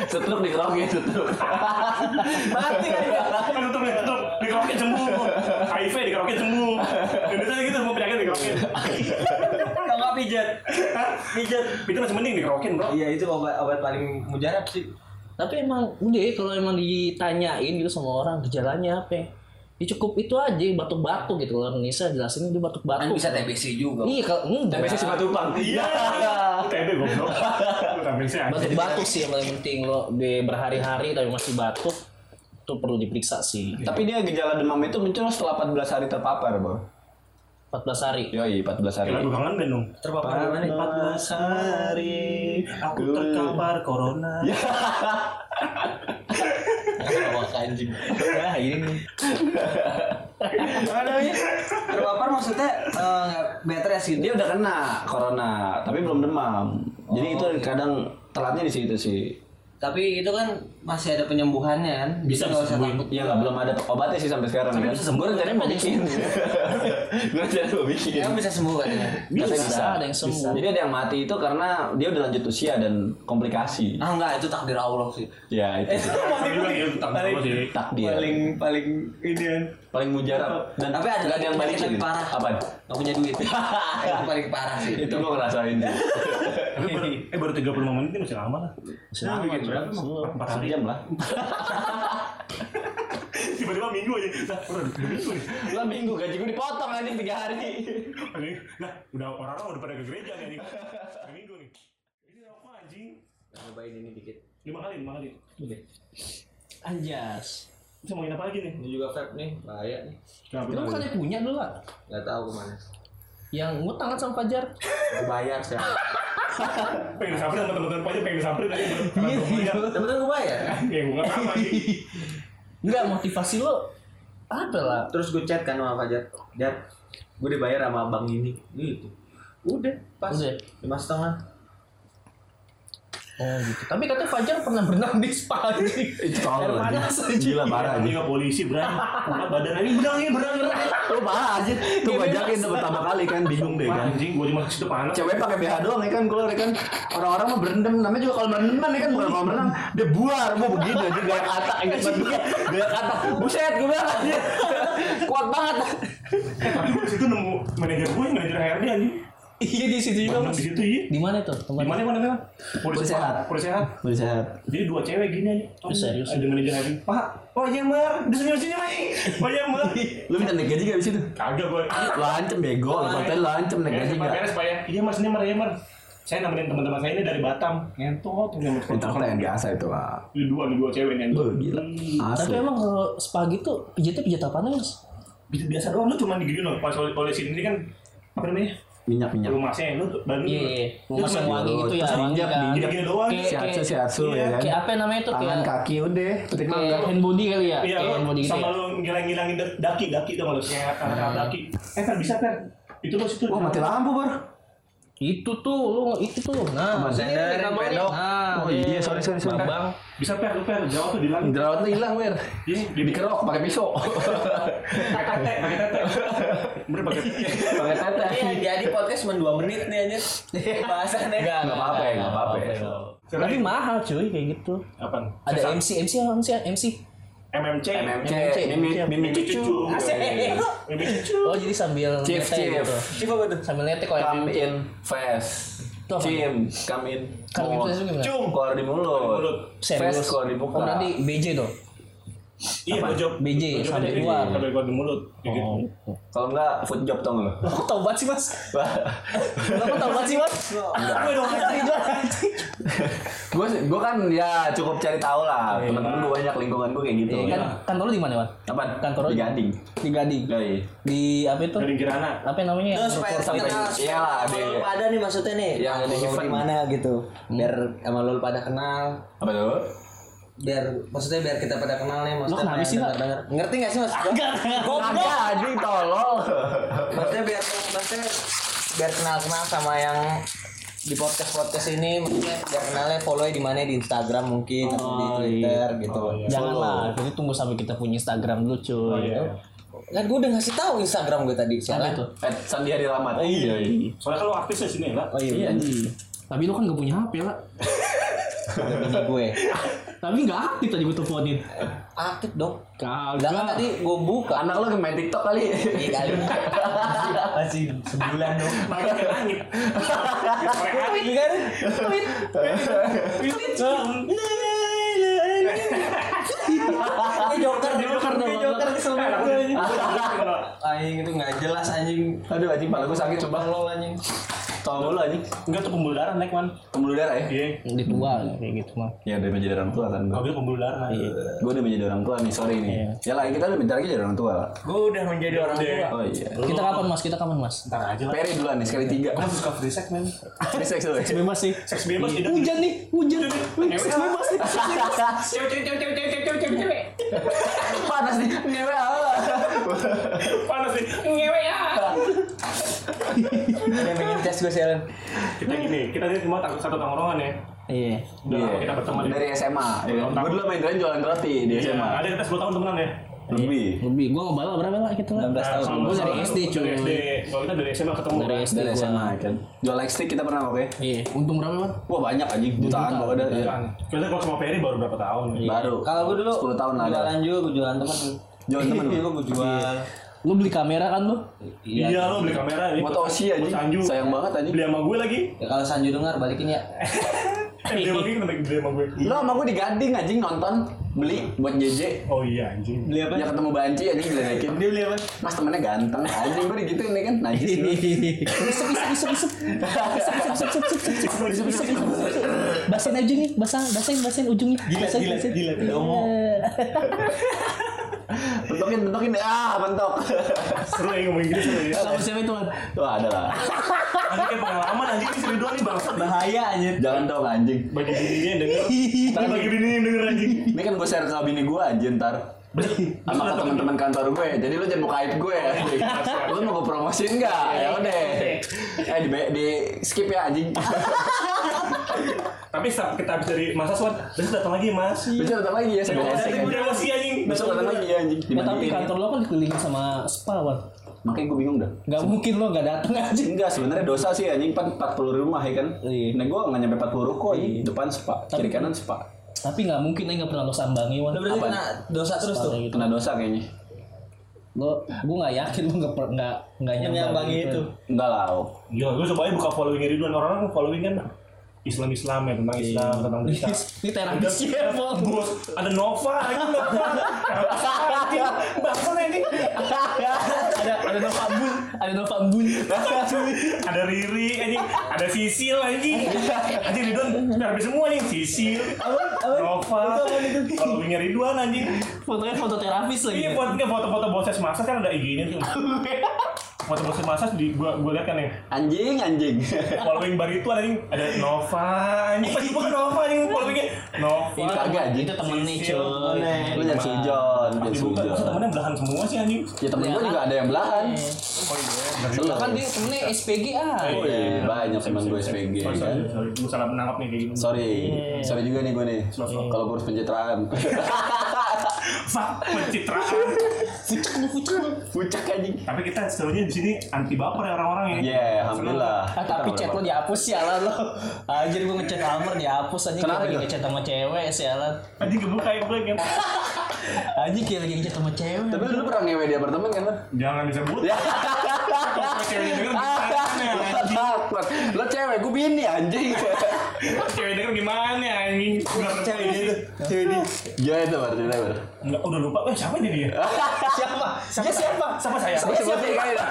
Setruk dikerokin, setruk.
Iya.
Mati kan ya.
Kan tutup nih, tutup dikerokin sembuh. HIV dikerokin sembuh. Ya, Biasanya gitu semua penyakit dikerokin.
Kalau nggak pijat. Pijat.
Itu masih mending dikerokin bro.
Iya, itu obat obat paling mujarab sih.
Tapi emang udah kalau emang ditanyain gitu sama orang gejalanya apa? Ya cukup itu aja batuk-batuk gitu kalau orang Indonesia jelasin dia
Kan
batuk-batuk.
bisa TBC juga.
Iya kalau enggak.
Tapi sih sifat tumpang.
Iya. TB goblok. Lu tampil sih aja.
Batuk-batuk sih yang paling penting lo be- berhari-hari tapi masih batuk itu perlu diperiksa sih.
[LAUGHS] Tapi dia gejala demam itu muncul setelah 14 hari terpapar, Bro.
14 hari.
Yoi, 14 hari.
Lagu kangen band dong.
Terpapar mana?
14 hari aku terkapar corona.
Terpapar anjing.
Nah, ini.
Apa namanya? Terpapar maksudnya eh, nggak better ya sih.
Dia udah kena corona, tapi belum demam. Jadi
Oh,
itu
iya.
kadang telatnya di situ sih.
Tapi itu kan masih ada penyembuhannya kan.
Bisa,
Jadi nggak
bisa
usah
sembuhin.
takut.
Iya nggak belum ada obatnya sih sampai sekarang. Tapi
bisa sembuh.
Gue rencananya mau bikin. Gue rencananya mau bikin.
Emang bisa sembuh katanya.
Bisa,
Katanya
ada yang sembuh.
Bisa. Jadi ada yang mati itu karena dia udah lanjut usia dan komplikasi.
Ah enggak, itu takdir Allah sih.
Ya itu sih.
Tapi juga dia utang iya, gua sih.
takdir.
paling ini kan.
Paling mujarab dan
Tapi ada
nggak ada yang balik lagi.
penyakit parah.
Apa?
Gak punya
[LAUGHS]
duit. itu paling parah sih.
Itu gue ngerasain.
Tapi baru- Eh baru 35 menit ini masih lama lah.
Masih lama,
gitu
bikin
kan.
berapa
Mas?
emang? Empat hari.
Jam lah.
Tiba-tiba minggu aja. Nah, udah udah minggu nih.
Lah minggu gaji gue dipotong anjing tiga hari.
Nah, udah orang-orang udah pada ke gereja nih. anjing. Udah minggu nih. Ini apa anjing?
Cobain ini dikit.
Lima kali, lima kali.
Anjas.
Bisa mau apa lagi nih?
Ini juga vape nih, bahaya nih.
Kenapa?
Lu bukannya punya dulu lah.
Gak tahu kemana.
Yang ngutang kan sama Fajar.
Dibayar sih.
kan Pengen disamperin sama teman-teman aja, pengen disamperin aja. Iya,
Temen-temen gue bayar.
Ya, gue nggak apa anjing.
Enggak motivasi lo apa lah?
Terus gue chat kan sama Fajar. Jar, gue dibayar sama abang ini. Gitu. Udah, pas.
Udah.
Lima setengah.
Oh gitu. Tapi katanya Fajar pernah berenang di spa anjing. Air panas anjing.
Gila
Ini
parah anjing. Iya
nggak polisi berani. Udah badan ini berang ini berang berang.
Lu parah anjing. Tuh bajakin tuh pertama kali kan bingung deh kan.
Anjing, gue cuma ke situ panas.
Cewek pakai BH doang ya kan keluar ya kan. Orang-orang mah berendam namanya juga kalau berendam ya kan bukan kalau berenang dia buar mau begini aja gaya kata ingat banget. Gaya kata buset gue bilang anjing. Kuat banget.
Eh, tapi gue di situ nemu manajer gue, manajer HRD anjing.
Iya di situ juga.
Berenang
Mas.
di situ, iya.
Di mana tuh tempat?
Di mana mana mana?
Polisi sehat.
Polisi sehat.
Buset.
Jadi dua cewek gini aja.
Lu serius?
Ada manajer lagi. Pak, oh iya mer, di sini sini mah. Oh iya mer.
Lu minta naik gaji gak di situ?
Kagak gue.
Lu ancem bego, lu konten lu ancem naik
Beres
gaji
Pak,
gak?
beres pak ya. Iya mas ini mer, iya mer. saya nemenin teman-teman saya ini dari Batam ngentot nyamuk
Ternyata yang biasa itu lah.
di dua di dua cewek nih
Beuh, gila.
Tapi
Asli.
emang kalau spa gitu pijatnya pijat apa nih mas?
Bi- biasa doang lu cuma digini loh pas oleh oleh sini kan apa namanya Iya.
Minyak-minyak.
rumahnya lu badan
Iya, iya. Mas yang wangi gitu ya,
Terus
wangi
minyak,
kan.
gini
minyak.
gini doang
Kayak-
Shiatsu, shiatsu
Iya,
ya
Kayak
kan.
apa namanya tuh
Tangan
kayak
kaki udah. Petik mangga.
kayak hand body kali ya?
Iya,
kayak hand
lu
body gitu
sama
ya.
lu ngilang-ngilangin de- daki, daki tuh kalau saya anak daki. Eh, kan bisa kan? Itu bos itu.
Wah mati lampu bar.
Itu tuh lu itu tuh. Nah,
Abang
sini
Zender,
gambarnya.
Pendok.
Nah,
Oh iya, sorry sorry sorry.
Bang,
Bisa per, lu per, jawab tuh di langit.
Jerawatnya hilang ber.
Iya, di
Dikerok pakai [LAUGHS] pisau.
tete, pakai tete. Bener pakai tete.
pakai
Iya,
tete.
Ini jadi podcast cuma 2 menit nih anjir.
Iya.
Nah, Bahasannya.
Enggak,
Nggak apa-apa
Iya,
ya, nggak apa-apa ya.
Tapi mahal cuy kayak gitu. Oh,
Apaan?
Ada MC, MC apa MC? MC.
MMC.
MMC,
MMC,
mimik, mimik
Cucu.
cucu.
Asik. Mimik cucu.
iya, Oh, jadi sambil
Chief,
ngetek
chief.
gitu.
Coba betul.
Sambil ngetek kalau yang
Come in fast.
Itu apa?
Cim, come in.
Come in fast itu gimana?
Cum, keluar di mulut.
Mulut.
Fast keluar di muka.
Oh, berarti BJ dong.
Iya, bojok.
BJ,
Bojok
sampai
tete,
keluar. Oh.
Sampai keluar di mulut. Kayak gitu.
Kalau enggak food job tau
[LAUGHS]
nggak lo?
Lah, Kok tau banget sih, Mas? Lah, Kok tau banget sih, Mas? Gue dong kata Ridwan.
gue gue kan ya cukup cari tahu lah temen temen gue banyak lingkungan gue kayak gitu
Iya, Kan kantor lu di mana, Mas?
apa
kantor
di
lu-
gading
Di Gading.
dari
Di apa itu?
Dari Kirana.
Apa namanya?
Terus supaya terkenal.
Iya lah, Iya,
supaya
di-
lu pada nih maksudnya nih.
Yang di
Kalau
event.
di mana gitu.
Hmm.
Biar sama lu pada kenal.
apa tuh
Biar maksudnya biar kita pada kenal nih maksudnya.
kenapa
pengen
sih, Pak?
denger-denger. Ngerti enggak sih Mas?
kagak anjing tolol
Maksudnya biar maksudnya biar kenal-kenal sama yang di podcast podcast ini maksudnya biar kenalnya follow di mana di Instagram
Oh,
mungkin
iya.
atau di Twitter gitu.
Iya. Janganlah, jadi tunggu sampai kita punya Instagram dulu cuy. Kan
Kan gue udah ngasih tahu Instagram gue tadi
Apa
siapa
itu?
[LAUGHS] eh Sandi Hari Rahmat iya iya
Soalnya kalau aktif di sini
[LAUGHS]
lah.
iya anjing.
Oh, Tapi lu kan gak punya HP lah.
bini gue.
Tapi gak aktif tadi gue teleponin.
Aktif dong. Lah kan
Kagak.
tadi gue buka.
anak lo main TikTok kali
Iya kali. Masih sebulan dong.
Makanya kayak langit. Di sore hari.
kan? Ini joker dulu karena joker kesel banget. Anjing itu nggak jelas anjing.
aduh anjing malah gue sakit coba
Tolol anjing.
tolong lo anjing
Enggak tuh pembuluh darah naik, Man.
pembuluh darah ya
Iya.
Di tua kayak gitu mah.
ya udah menjadi orang tua kan
Mobil pembuluh darah.
Iya.
gue udah menjadi orang tua nih sorry nih ya lah kita udah bentar lagi jadi orang tua lah
Gue udah menjadi orang tua.
oh iya
Kita kapan mas? Kita kapan mas?
Ntar aja lah.
Peri duluan nih sekali tiga
Kamu suka free sex, men.
Bisa bisa
Bebas sih.
Seks bebas tidak.
Hujan nih, hujan. Wih, seks bebas nih. seks bebas.
panas nih ngewe
Panas nih.
Udah pengen tes gue sih Alan.
Kita gini, kita ini cuma tak- satu tongkrongan ya.
Iya.
Udah lama kita berteman.
dari SMA ya.
Belum tahu.
gue dulu main drum jualan roti di
Iya,
SMA
ada kita 10 tahun temenan ya.
lebih
Lebih, gua ngebala berapa lah kita lah?
16 tahun.
Sama-
Gua dari
sama-
SD, cuy.
Dari SD. Kalau kita dari SMA ketemu.
Dari
kan?
SD
dari
gua.
SMA kan jual light stick kita pernah oke
Iya. Untung berapa mas?
wah banyak anjing jutaan pokoknya ada ya.
Kita Kan. kalau sama Ferry Iya. baru berapa tahun?
baru
Kalau gue dulu
10 tahun lah ada
Jualan juga gue jualan temen.
Jualan temen? [LAUGHS]
Iya gue jual.
Lu beli kamera kan lu?
Iya, lo beli kamera nih.
moto osi
Buat Sanju.
anjing sayang banget anjing
Beli sama gue
[LAUGHS]
lagi.
Ya, kalau Sanju dengar balikin ya.
Eh, beli sama gue, kenapa beli sama gue.
lo sama gue digading anjing nonton beli buat JJ
Oh iya anjing.
Beli
Ya ketemu Banci anjing diledekin Dia beli apa? Mas temennya ganteng Anjing gue digituin nih kan Najis lu
Isep, isep, isep, isep. Isep, isep, isep, isep, isep, isep, isep, isep, isep. Basahin aja nih, basah, basahin, basahin ujungnya. Basahin, basahin.
Iya. Bentokin bentokin Ah bentok
Seru ya ngomong Inggris seru ya.
Sama siapa itu, Mas?
Wah ada lah
Ada kayak pengalaman anjing ini seru doang nih bangsat.
Bahaya anjir.
Jangan dong anjing
Bagi bininya yang denger.
Iya.
Ntar bagi bininya yang denger anjing.
Ini kan gue share ke bini gue anjing [LAUGHS] ntar sama ke teman-teman kantor gue jadi lu jangan buka aib gue [LAUGHS] ya lu mau gue promosiin nggak ya udah eh di, di skip ya anjing
Tapi setelah kita habis dari masa Swan, besok datang lagi mas.
besok datang lagi ya sambil
Ada
esek
yang
anjing.
udah emosi anjing.
besok datang lagi ya anjing
Ya, tapi
dimandiin
kantor lo kan dikelilingi sama spa, Wan.
makanya gue bingung dah
Gak mungkin lo gak datang aja.
enggak sebenarnya dosa sih anjing kan 40 rumah ya kan
Iya.
nah gue nggak nyampe 40 ruko anjing depan spa kiri kanan spa
Tapi gak mungkin aja gak pernah lo sambangi, Wan.
Lu berarti kena dosa terus tuh.
Kayak gitu.
kena dosa kayaknya
Lo, gue gak yakin lo gak, per- gak, gak
Menyambangi
nyambangi gitu.
itu.
itu.
enggak lah oh. [LAUGHS]
Iya, gue coba aja buka following Ridwan. Orang-orang kan following kan Islam-Islam ya tentang Islam,
Iya.
tentang kita.
Ini terapis ya, Wan.
Bos, ada Nova anjing Nova. Bangsa anjing.
ada ada Nova Bun, ada Nova Bun.
ada Riri anjing, ada Sisil anjing. Anjing Ridwan udah habis semua nih, Sisil. Nova. Kalau punya Ridwan anjing.
Fotonya foto terapis lagi.
Iya buat nggak foto-foto bosses masa kan ada IG-nya tuh. Foto bosses masa di gua gua lihat kan ya.
Anjing, anjing.
Following bar itu ada yang- ada Nova. Anjing pas bukan Nova anjing followingnya Nova.
Itu
Iya, Kagak,
temen,
anjing.
itu temen nih
Sisil,
cuy.
Lu jangan sujon, lu
Pas
jangan
dibuka masa
sujon.
temennya belahan semua sih anjing.
Ya temen gua juga ada yang belahan.
Oh iya, bener juga.
Lu
Eh, Kan dia temennya SPG ah.
Oh iya, banyak teman gue SPG
Sorry,
kan.
sorry, sorry. Gua salah menangkap nih kayak gitu.
Sorry, sorry juga nih gue nih.
slow.
Kalau gue harus pencitraan.
Fuck, pencitraan.
[LAUGHS]
Kan
Pucak anjing.
Tapi kita sebenarnya di sini anti baper ya orang-orang ya.
Ya, alhamdulillah.
Ah, tapi chat lo dihapus sialan lo. Anjir gua ngechat Amar dihapus anjing
Kenapa
kayak lagi
itu?
ngechat sama cewek sialan.
Anjing kebuka ya gue kan.
Anjing kayak lagi ngechat sama cewek.
Tapi lu dulu pernah ngewe di apartemen kan? Lan?
Jangan disebut. Kalau cewek denger gimana anjing?
[LAUGHS] Takut. Lo cewek, gue bini [LAUGHS] anjing.
Cewek denger gimana anjing? Gak cewek gitu.
Cewek di. Ya itu berarti itu berarti.
Enggak, udah lupa. Eh, siapa jadi ya?
siapa? Dia siapa?
Sama saya.
Gue sebutin kali dah.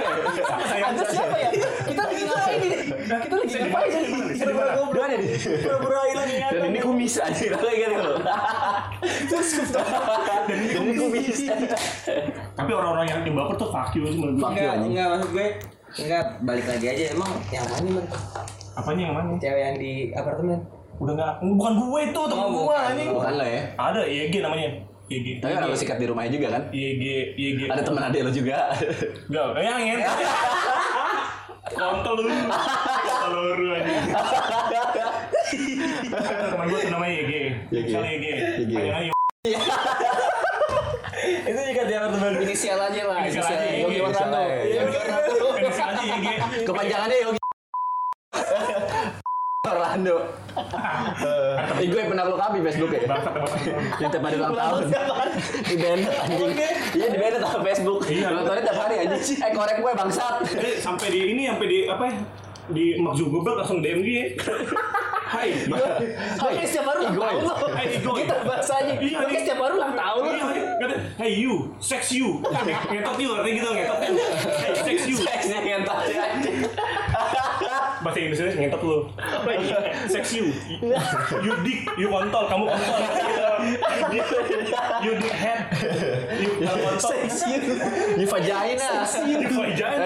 Sama saya.
Anda siapa ya? Kita lagi ngapain ini? Kita lagi ngapain ini?
Dua ada di. ya.
Pura-pura hilang ingatan.
Dan ini kumis anjing. Lo kayak gitu. Dan ini kumis.
Tapi orang-orang yang tim baper tuh fuck you sih menurut gue.
Enggak, enggak maksud gue Enggak, balik lagi aja emang yang mana nih, Man?
Apanya yang mana?
Cewek yang di apartemen
Udah enggak. Bukan gue itu, temen
Oh,
gue
bukan.
anjing.
Bukan lo ya.
Ada YG namanya. E YG.
Tapi kan lo sikat di rumahnya juga kan?
YG YG.
Ada teman adik lo juga.
Enggak, eh, yang
[LAUGHS]
yang. Kontol lu. Kontol lu anjing. Ada Teman gue tuh namanya YG.
YG.
Misalnya YG.
YG.
Panjangannya
Itu juga di apartemen
Inisial aja lah.
Inisial
Inisial.
aja,
Yogi
iya,
Warnano.
inisial aja.
Yogi Warnano.
Misalnya YG.
Kepanjangannya Yogi. [LAUGHS] Orlando. Eh, gue pernah lo kapi Facebook ya.
Bangsat teman-teman.
Yang tiap hari ulang tahun. [LAUGHS] Di banned anjing. Iya di banned sama Facebook.
Iya.
Ulang tahunnya tiap hari anjing. Eh korek gue bangsat.
Eh, sampai di ini sampai di apa ya? Di Mark Zuckerberg langsung DM dia. Hai.
Oke, setiap baru ulang tahun lo.
Hai, Igo.
Kita bahas aja.
Iya,
Oke,
iya.
setiap baru ulang tahun lo.
Iya, iya. Kata, Hey you, sex you, ngetok you artinya gitu ngetok. Hey sex you,
Seksnya ngentot ya, anjing.
bahasa Inggrisnya ngetok lu. Sex you, you dick, you kontol, kamu kontol. You dick, you dick head, you kontol.
Sex you. You vagina.
Nah,
You vagina.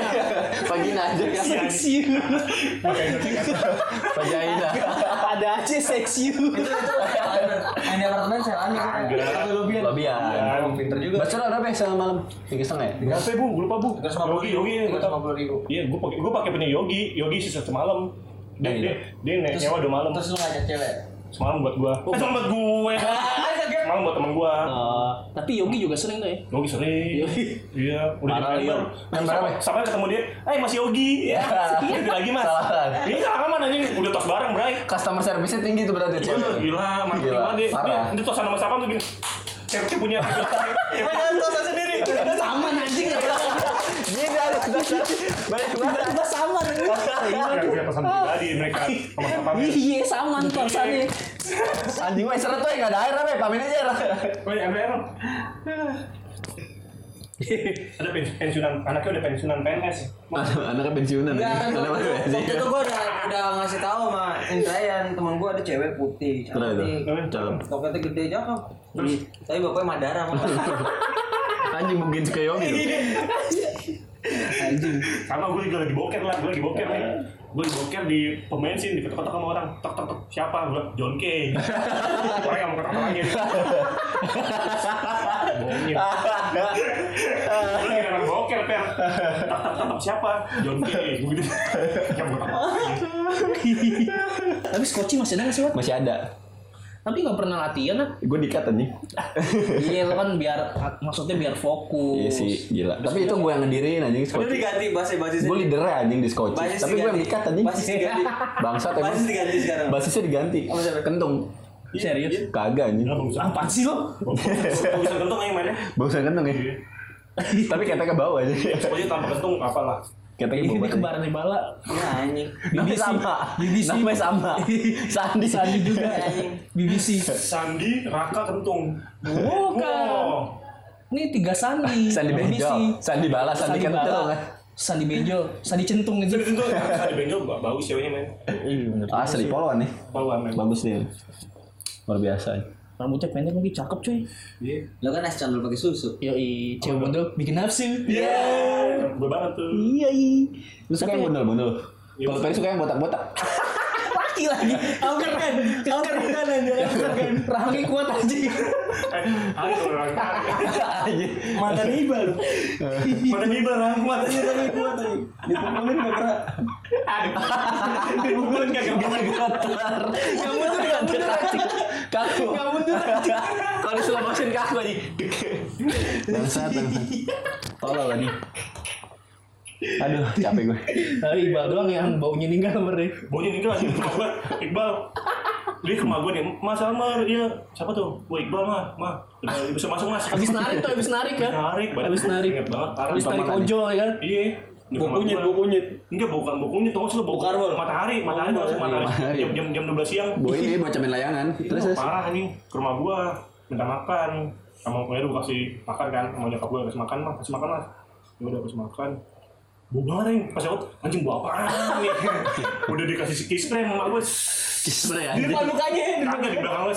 Vagina aja
[LAUGHS]
kan.
Seksi you.
Vagina.
Ada aja seksi you.
Yang di apartemen saya lami
Lobian. Lobian.
Pinter juga
Bachelor berapa ya selama malam? Tiga setengah ya?
Berapa ya bu? Gue lupa bu. Yogi, Yogi, gue tau.
350 ribu
Iya, gue pakai gue pakai punya Yogi, Yogi sisa semalam. Dia
Iya.
dia dia ne- nyewa dua malam.
Terus lu ngajak cewek
Semalam buat gua. iya, Eh, semalam buat gue. Semalam buat temen gua.
Eh, Tapi Yogi juga sering tuh ya.
Ah. Yogi sering. Iya, udah
Parah,
di member.
Yogi.
Terus
Member apa?
Sampai, sampai ketemu dia, "Eh, Mas Yogi." Ya. Itu lagi, Mas. Iya,
Salah.
Ini salah mana anjing? Udah tos bareng, Bray.
Customer service-nya tinggi tuh berarti.
Gila,
cewek.
Eh, gila, mantap
Iya. Gila,
banget dia. Dia,
parah.
dia tos sama siapa tuh gini. Cewek cewek
[LAUGHS]
punya.
sendiri
Sama anjing.
Gini ada Banyak banget.
Kita sama.
Gak punya pesan pribadi mereka. Sama-sama.
Iya, sama konsannya.
Anjing weh seret weh, gak ada air weh, pamin aja Ra.
Woi, ambil
[LAUGHS]
air, dong. Ada pen- pensiunan, anaknya udah pensiunan PNS.
Anaknya pensiunan
Enggak, kan
Anaknya
waktu
pensiunan.
waktu itu gue udah, udah ngasih tahu sama Indrayan Temen gue ada cewek putih
Kenapa itu?
Cantik [LAUGHS]
Cakep.
Toketnya gede cakep Tapi bapaknya Madara Mak. [LAUGHS]
Anjing mungkin suka Yomi lu.
Iya.
Sama gue juga lagi boker lah, gue lagi boker nih. Gue lagi boker di pom bensin, diketok-ketok sama orang. Tok tok tok. Siapa? Gue John Kay. Orang yang mau ketok lagi. Bohongin. Gue lagi orang boker, Per. Tok tok tok. Siapa? John Kay. Gue gitu. Yang mau ketok
Tapi skoci masih ada nggak sih, Wat?
Masih ada.
Tapi nggak pernah latihan, ah.
Gue dikat anjing.
Iya, lo kan biar maksudnya biar fokus.
Iya sih, gila. Tapi itu gue yang ngedirin anjing
Udah
skoci.
diganti ya, basis-basisnya
Gue leadernya anjing di skoci.
Basis
Tapi gue yang
ya, diganti.
dikat anjing.
Basis diganti
Bangsat emang.
Basis diganti sekarang.
Basisnya diganti.
Apa siapa?
Kentung.
Serius?
Kagak anjing.
Gak bisa.
Apaan sih lo?
Gak bisa kentung yang mainnya.
Bau usah kentung ya. Tapi kata ke bawah aja.
Pokoknya tanpa kentung apalah.
Kata ke
Iya,
Ini
bawah.
kebaran di bala.
Ya anjing
Namanya sama.
BBC.
Namanya sama. Sandi.
[LAUGHS] Sandi Iya, juga. BBC.
Sandi Raka kentung.
Bukan.
Wow.
Ini tiga sandi.
Sandi
Iya,
Ambisi.
benjol, sandi balas, sandi ya. kentel.
balak, Sandi benjol, sandi centung aja.
Itu di benjol ba- bau ceweknya men.
Asli poluan Ah, nih.
Bauan men.
Bagus nih. Luar biasa.
Rambutnya pendek lagi cakep cuy.
Iya.
Lo kan es cendol pakai susu.
Yoi, cewek bondol bikin nafsu.
Iya. Gue banget tuh.
Iya.
Lu suka yang bundel-bundel? Kalau Ferry suka yang botak-botak.
Laki lagi. Kanker kan. Kanker kan aja. Rahangnya kuat aja.
Eh, ada orang.
Mantan Iba lu.
Mana nih barang kuat.
Mantan Iba tadi. Dipukulin gak pernah.
Dipukulin kagak pernah.
Kamu tuh enggak bener.
Kaku.
Kamu mundur
Kalau diselapasin kaku aja. Bangsat, bangsat. Tolol lagi. Aduh, capek gue.
Tapi Iqbal doang yang baunya ninggal nomornya.
Baunya nih kan. Iqbal. Iqbal. Dia ke rumah gue nih, Mas Amar, iya, siapa tuh? Wah Iqbal mah, mah, Iqbal bisa masuk mas.
Abis narik tuh, abis narik kan?
Narik, banget.
Abis narik.
Ingat banget.
Abis narik ojol ya kan? [LAUGHS]
Iya.
Bukunya, bukunya.
Enggak, bukan bukunya. Tunggu sih buku
Bukan, Bol.
matahari, matahari, matahari,
Matahari.
matahari. Jam jam jam 12 siang.
Boy ini bocah main layangan. Terus
Iya,
terus.
parah anjing ke rumah gua minta makan sama gue lu kasih makan kan sama nyokap gua kasih makan mah kasih makan mas ya udah kasih makan bau banget anjing pas aku anjing bau apaan nih udah dikasih kiss spray sama emak gua
Kisah ya.
Di depan mukanya ya. di depan.
kagak di belakang gua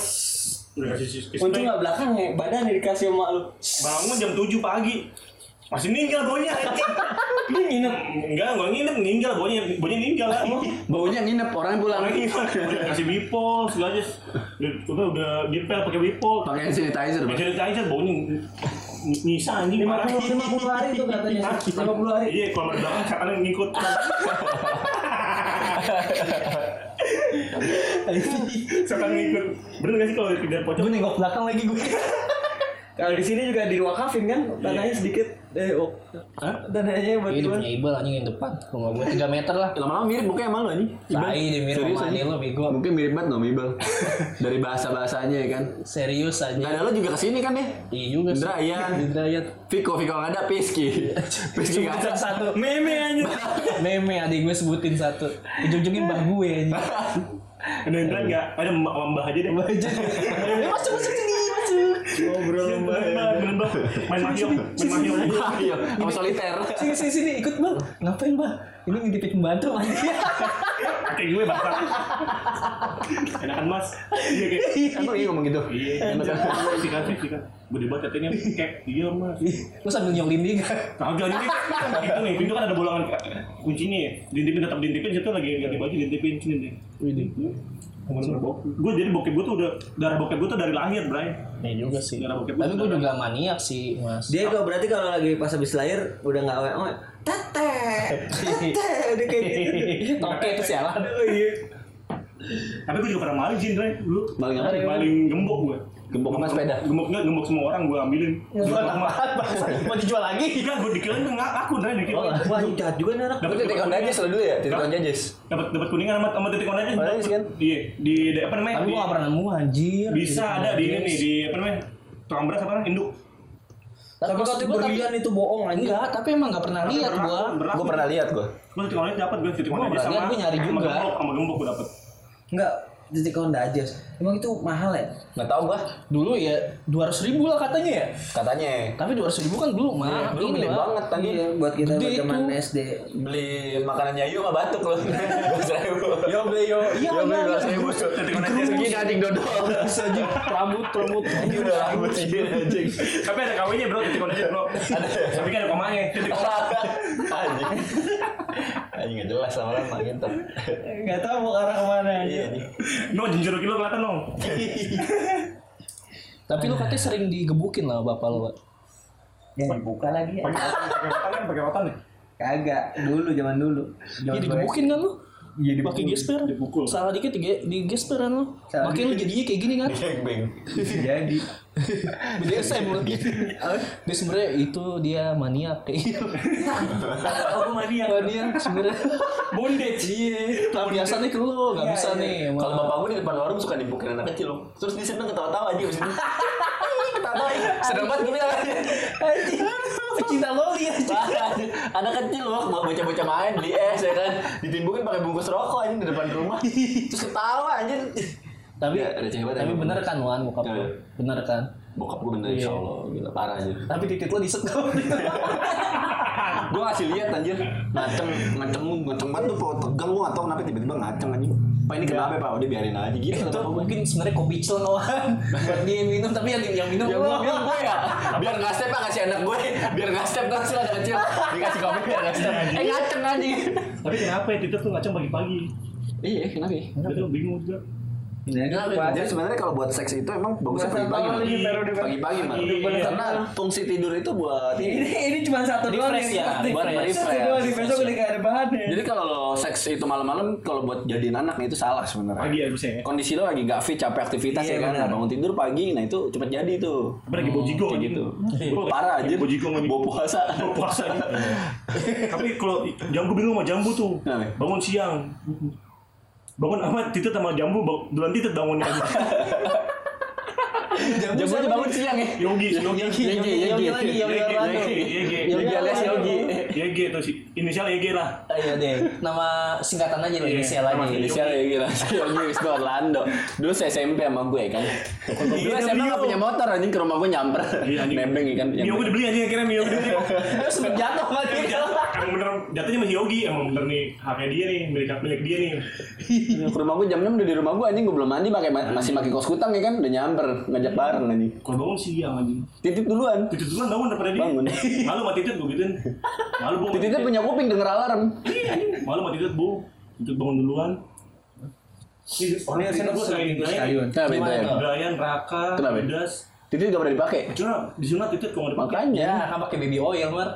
udah kasih kiss
Untung
spray
gak belakang ya. Badannya dikasih sama lu.
bangun jam 7 pagi masih ninggal baunya anjing
Lu nginep.
enggak gua nginep ninggal baunya baunya ninggal lah
Baunya nginep, orangnya pulang.
Orangnya gimana? udah kasih bipol segala aja udah udah dipel pakai bipol
Pakai sanitizer, Bang.
Jadi aja baunya kan nyisa anjing
Lima
parah.
puluh lima puluh hari tuh katanya. Lima puluh hari.
Iya, kalau dari belakang katanya
[LAUGHS]
ngikut. Setan ngikut. Bener gak sih kalau kejar pojok?
Gue nengok belakang lagi gue. Iya.
Kalau di sini juga diwakafin kan, tanahnya sedikit. Eh, oh. Tanahnya buat
Ini
gua.
punya Iqbal anjing yang depan. Rumah gue 3 meter lah.
Lama-lama mirip mukanya emang lu anjing.
Tai di mirip
Serius,
sama
anjing.
adek lo bego.
Mungkin mirip banget dong Ibal. Dari bahasa-bahasanya ya kan.
Serius
Gak
aja.
ada lo juga kesini kan deh.
Iya juga sih.
Indrayan.
Indrayan.
Viko, Viko nggak ada, Piski. Piski
Cuma
nggak
salah
ada.
satu
Meme aja.
meme adik gue sebutin satu. Ujung-ujungnya mbah gue anjing.
Ada yang enggak? Ada mbak mbak aja deh. Mbak
[LAUGHS]
aja.
Eh, masuk masuk sini masuk.
Ngobrol mbak.
ya.
Mbak. Main mahjong, main mahjong.
Ayo, sama soliter.
Sini sini sini ikut bang. Ngapain bang? Ini ngintipin pembantu bang. [LAUGHS]
Kaki gue basah. Enakan Mas. Iya, kayak.
Emang iya ngomong gitu.
Iya,
kan?
sikat, sikat. Gede banget katanya kayak iya mas.
Terus sambil nyolin dia kan.
Kagak nih, itu nih pintu kan ada bolongan kuncinya ya. Diintipin tetap diintipin situ lagi ganti baju diintipin sini nih. Gue jadi bokep gue tuh udah darah bokep gue tuh dari lahir, Bray.
Iya juga sih.
Darah bokep
Tapi gue
tuh
juga maniak sih mas.
Dia kalau berarti kalau lagi pas habis lahir udah nggak awet awet. Tete, tete, dia kayak gitu.
Oke itu
[LAUGHS]
sialan.
Oh,
darah-
iya.
Tapi gue juga pernah maling sih, Bray. Dulu
Maling apa?
maling gembok gue.
Gembok sama sepeda?
Gembok enggak, gembok semua orang gue ambilin. Gembok sama-
Mau dijual lagi.
Enggak, gue dikirain tuh nggak aku, Bray.
Oh.
Dikirain.
Wah, ini jahat juga nih anak.
Tapi titik on jajis lo dulu ya, titik on jajis.
Dapat dapat kuningan sama sama titik on aja.
Orange kan?
Iya, di di- apa namanya?
Tapi gue
Di-
gak pernah nemu anjir.
Bisa ada di ini nih di apa namanya? Tukang beras apa namanya? Induk.
Tapi kalau gue tapi
itu bohong
enggak, tapi emang gak pernah lihat gue.
Beras.
Gue pernah lihat gue.
Gue titik online dapat gue titik online
Gua berarti
sama
aku nyari
sama
juga.
gembok sama gembok gue dapat.
Enggak, titik Honda aja. Emang itu mahal ya?
Nggak tahu gue.
Dulu ya 200 ribu lah katanya ya.
Katanya
Tapi 200 ribu kan belum mah.
belum
ini
gede
lah.
banget tadi.
Iya, buat kita
Gede
zaman
itu.
SD.
Beli makanan Yayu sama batuk [LAUGHS] lo. Yo beli yo.
Iya,
Yo beli
iya,
dua
iya.
ribu. Titik on jajis segini anjing dodol.
Bisa aja rambut rambut.
Anjing udah rambut segini anjing.
Tapi ada KW-nya bro, titik online bro. Tapi kan ada komanya. Titik online.
Anjing. Anjing nggak jelas sama orang mah gitu.
Enggak tahu mau ke arah mana.
Iya anjing.
No, jenjur kilo kelihatan no.
Tapi lu katanya sering digebukin lah bapak lu. Pak.
Jangan buka lagi.
Pakai rotan, pakai rotan kan, pakai rotan nih.
Kagak, dulu zaman dulu.
Iya
Zaman
digebukin kan lu?
Iya,
Pakai gesper.
Dipukul.
Salah dikit di, di gesperan lu.
Salah
Makin lu jadinya kayak gini kan.
Gangbang.
gue. Jadi.
BDSM lu. Iya. Dia sebenarnya itu dia maniak kayak gitu.
Aku mania.
Maniak sebenarnya. Bondage. Iya. Tapi biasanya ke lu enggak bisa nih. emang.
Iya, Kalau bapak gue di depan warung suka dibukin anak kecil loh. Terus dia seneng ketawa-tawa aja abis itu. [LAUGHS] Ketawa-tawa. iya. Sedang banget gue bilang.
Anjing. Pecinta loli anjing.
Parah. Anak kecil loh, mau bocah-bocah main di es ya kan. Ditimbukin pakai bungkus rokok anjing di depan rumah. Terus ketawa anjing.
tapi
Ya, receh banget
tapi
emang.
bener kan Wan bokap
Ya.
lu bener kan
Bokap gue bener insya Allah gila parah aja
tapi titik lu disekap
Gue ngasih lihat anjir Ngaceng Ngaceng Ngaceng banget tuh Pak. Tegang gue gak tau kenapa tiba-tiba ngaceng anjing Pak ini kenapa ya, Pak? Udah biarin aja gitu
itu
kata bapak gue
mungkin sebenarnya kopi cel Wan buat dia yang minum tapi yang yang minum
Ya
lu.
gue bilang gue ya Biar gak step Pak kasih anak gue Biar gak step tau sih anak kecil Dikasih kopi biar gak step Eh ngaceng anjing
Tapi kenapa ya Tito tuh ngaceng pagi-pagi?
Iya kenapa ya?
Gue tuh bingung juga.
Ya,
Jadi sebenarnya kalau buat seks itu emang bagusnya pagi-pagi. Mak. Pagi-pagi mah.
Iya.
Karena fungsi tidur itu buat ini.
Ini ini cuma satu doang
Refresh ya,
buat refresh.
Di besok udah gak ada ya. bahannya.
Jadi kalau lo seks itu malam-malam kalau buat jadiin anak nah itu salah sebenarnya.
Pagi harusnya ya.
Kondisi lo lagi gak fit, capek aktivitas
Iya,
ya kan.
benar.
Nah, bangun tidur pagi, nah itu cepet jadi tuh.
Tapi lagi bojigo
Kayak
anjing.
gitu.
Gua
Parah aja.
Bojigo anjing.
Bawa puasa.
Gua puasa nih. Tapi kalau jambu bingung sama jambu tuh.
Kenapa?
Bangun siang. Bangun sama Tito sama jambu bang- duluan Tito bangun kan.
Jamu aja bangun siang ya.
Yogi, si Yogi.
Yogi, Yogi,
Yogi lagi, Yogi Orlando.
Yogi,
Yogi alias Yogi.
Yogi tuh si inisial Yogi lah.
Ayo deh, nama singkatan aja
Iya,
nih, inisial
nama
lagi.
singkatan.
Inisial Yogi [LAUGHS] lah. Si Yogi Wisnu Orlando. Dulu saya SMP sama gue kan. Dulu SMP gak punya motor anjing ke rumah gue nyamper.
Iya, anjing.
Nebeng ya kan? ikan.
Mio gue dibeli aja akhirnya Mio gue dibeli.
Terus sempet jatuh sama dia.
Emang bener jatuhnya sama Yogi, emang bener nih haknya dia nih, milik milik dia nih.
Ke rumah gue jam 6 udah di rumah gue anjing gue belum mandi pakai masih pakai kos kutang ya kan udah nyamper ngajak bareng anjing.
Kalau bangun siang anjing.
Titit duluan.
Titut duluan bangun daripada dia.
Bangun.
[LAUGHS] Malu sama Titut gue gituin. Malu bu.
Tititnya punya kuping denger alarm.
Malu sama Titut bu. Titut bangun duluan. Ini orang Titut gue sering Brian,
Kenapa itu ya?
Brian, Raka,
Kenapa?
Das.
Titit gak pernah dipakai.
Cuma disunat Titut kalau nggak dipakai
Nah,
Makanya
kan pakai baby oil, Mar.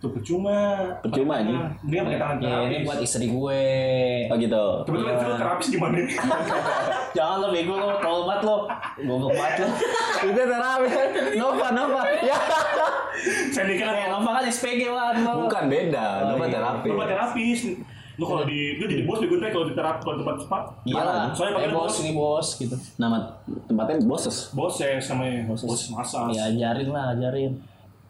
tuh percuma.
Percuma, anjing.
Dia pakai tangan
Ya, ini
terapis.
buat istri gue.
oh gitu.
Kebetulan Titut terapis gimana?
Jangan lo bego lo, tolol banget lo. Goblok banget [LAUGHS] lo.
Titit terawih. Nova Nova. Ya.
Sendiri
Eh,
kan.
lama kan SPG, Wan. lo.
Bukan beda. Oh, Nova
iya.
terapi.
Lu buat terapis. Lu kalau di lu jadi bos di gue kalau di terap kalau di tempat spa.
Iya lah,
Soalnya pakai
eh, bos,
bos.
ini bos, gitu.
Nama tempatnya boses.
Bos ya sama ya. Bos
Iya.
masak.
Ya, ajarin lah, ajarin.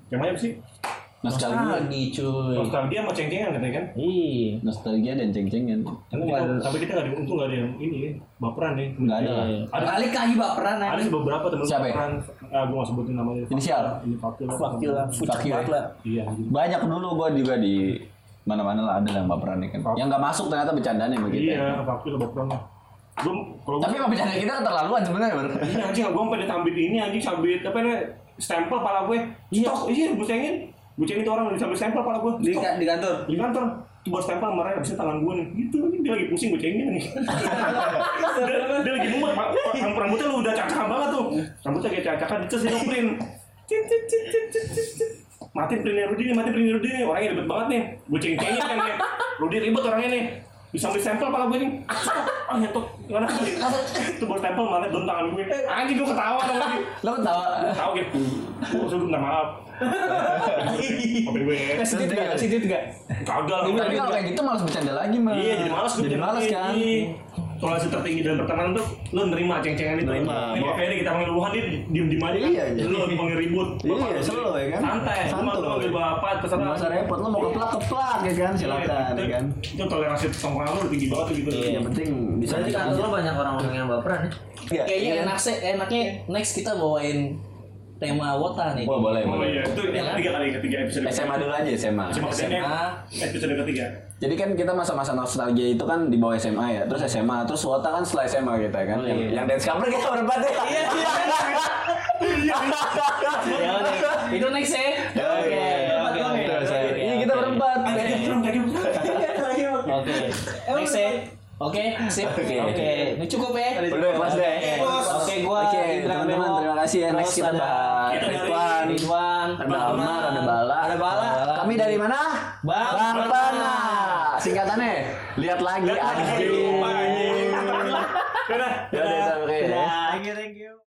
Yang mana sih?
Hmm. Nostalgia.
Lagi, cuy.
Nostalgia sama cengcengan katanya kan?
Iya.
Nostalgia dan ceng-cengan.
Tapi kita, tapi kita nggak ada untung nggak ada yang ini ya, baperan nih.
Nggak ada lah.
Ada
Balik lagi baperan
ada
aja.
sih beberapa temen
Siapa ya?
baperan. Ah, gue nggak sebutin namanya.
Inisial?
Ini Fakil. lah.
Wakil lah, fucek
Fakir.
banget lah.
Iya. gitu.
Banyak dulu gue juga di mana-mana lah ada yang baperan ya kan. Yang nggak masuk ternyata bercandaan ya
Oh.
begitu.
Iya, Fakil baperan lah. Gue kalau
Tapi
gue
emang bercanda kita keterlaluan sebenarnya. Ber.
ini anjing gue sampai ditambit ini anjing sambit apa nih stempel pala gue. Stok, iya gue cengin. Gue cengin tuh orang disambit stempel pala gue.
Di,
Stok.
kan,
di kantor.
Di kantor tuh buat stempel marah habisnya tangan gue nih gitu anjing dia lagi pusing gue cengin nih dia, dia lagi mumet Pak. rambut rambutnya lu udah cacakan banget tuh rambutnya kayak cacakan dicas itu print Cin, cin, cin, cin, cin, cin, cin. mati printnya Rudi nih mati printnya Rudi nih orangnya ribet banget nih gue ceng cengin kan ya Rudi ribet orangnya nih bisa ambil sampel pala gue nih ah nyetok gimana itu buat stempel marah belum tangan gue anjing gue ketawa dong lagi
Lo ketawa.
tahu gitu gue suruh minta maaf Maafin gue ya.
Sedikit gak? Sedikit gak?
kagak lah
Tapi kalau kayak gitu malas bercanda lagi mah.
Iya jadi malas gue
Jadi malas kan.
Kalau tertinggi dalam pertemanan tuh lo nerima ceng-cengan itu.
Nerima.
Ini kayak Ferry kita panggil Wuhan dia diem-diem aja kan.
Iya, iya.
Lu lagi panggil ribut. Bapak
Iya,
lu
selo ya kan.
Santai. Cuma
Santuy.
lu panggil bapak terserah. Iya,
Nggak usah repot, lo mau keplak keplak ya kan, silakan ya
Itu-
kan. Iya,
Itu toleransi tongkrongan lu udah tinggi banget tuh gitu.
Yang penting bisa
Berarti kantor lo banyak orang-orang yang baperan ya?
Iya.
Kayaknya enak sih, enaknya next kita bawain tema wota nih.
Wah boleh
Oh
boleh.
iya itu yang ketiga kali ketiga episode.
SMA dulu aja SMA.
Cuma
SMA.
episode ketiga.
Jadi kan kita masa-masa nostalgia itu kan di bawah SMA ya, terus SMA, terus Wota kan setelah SMA kita
Oh,
kan, yang,
iya.
yang dance cover kita berempat ya. Iya iya.
Ya udah, itu next ya.
Oke.
Oke, oke,
Terus,
oke,
Iya kita
oke.
berempat.
Tadi belum tadi belum.
Oke. Next ya. Oke, sip.
Oke.
Oke, ini cukup ya.
Udah kelas deh.
Oke, gua
Oke
Indra
teman-teman
Bemo.
terima kasih ya next
Terus
kita
ada
ada
Kita dari-
Ridwan,
Ridwan.
ada Almar, ada Bala,
Ada Bala.
Kami dari mana?
Bang
Barpana. Singkatannya, lihat lagi Iya, anjing.
Lupa anjing. Dadah.
Ya udah sampai kayak
Nah, thank you, thank you.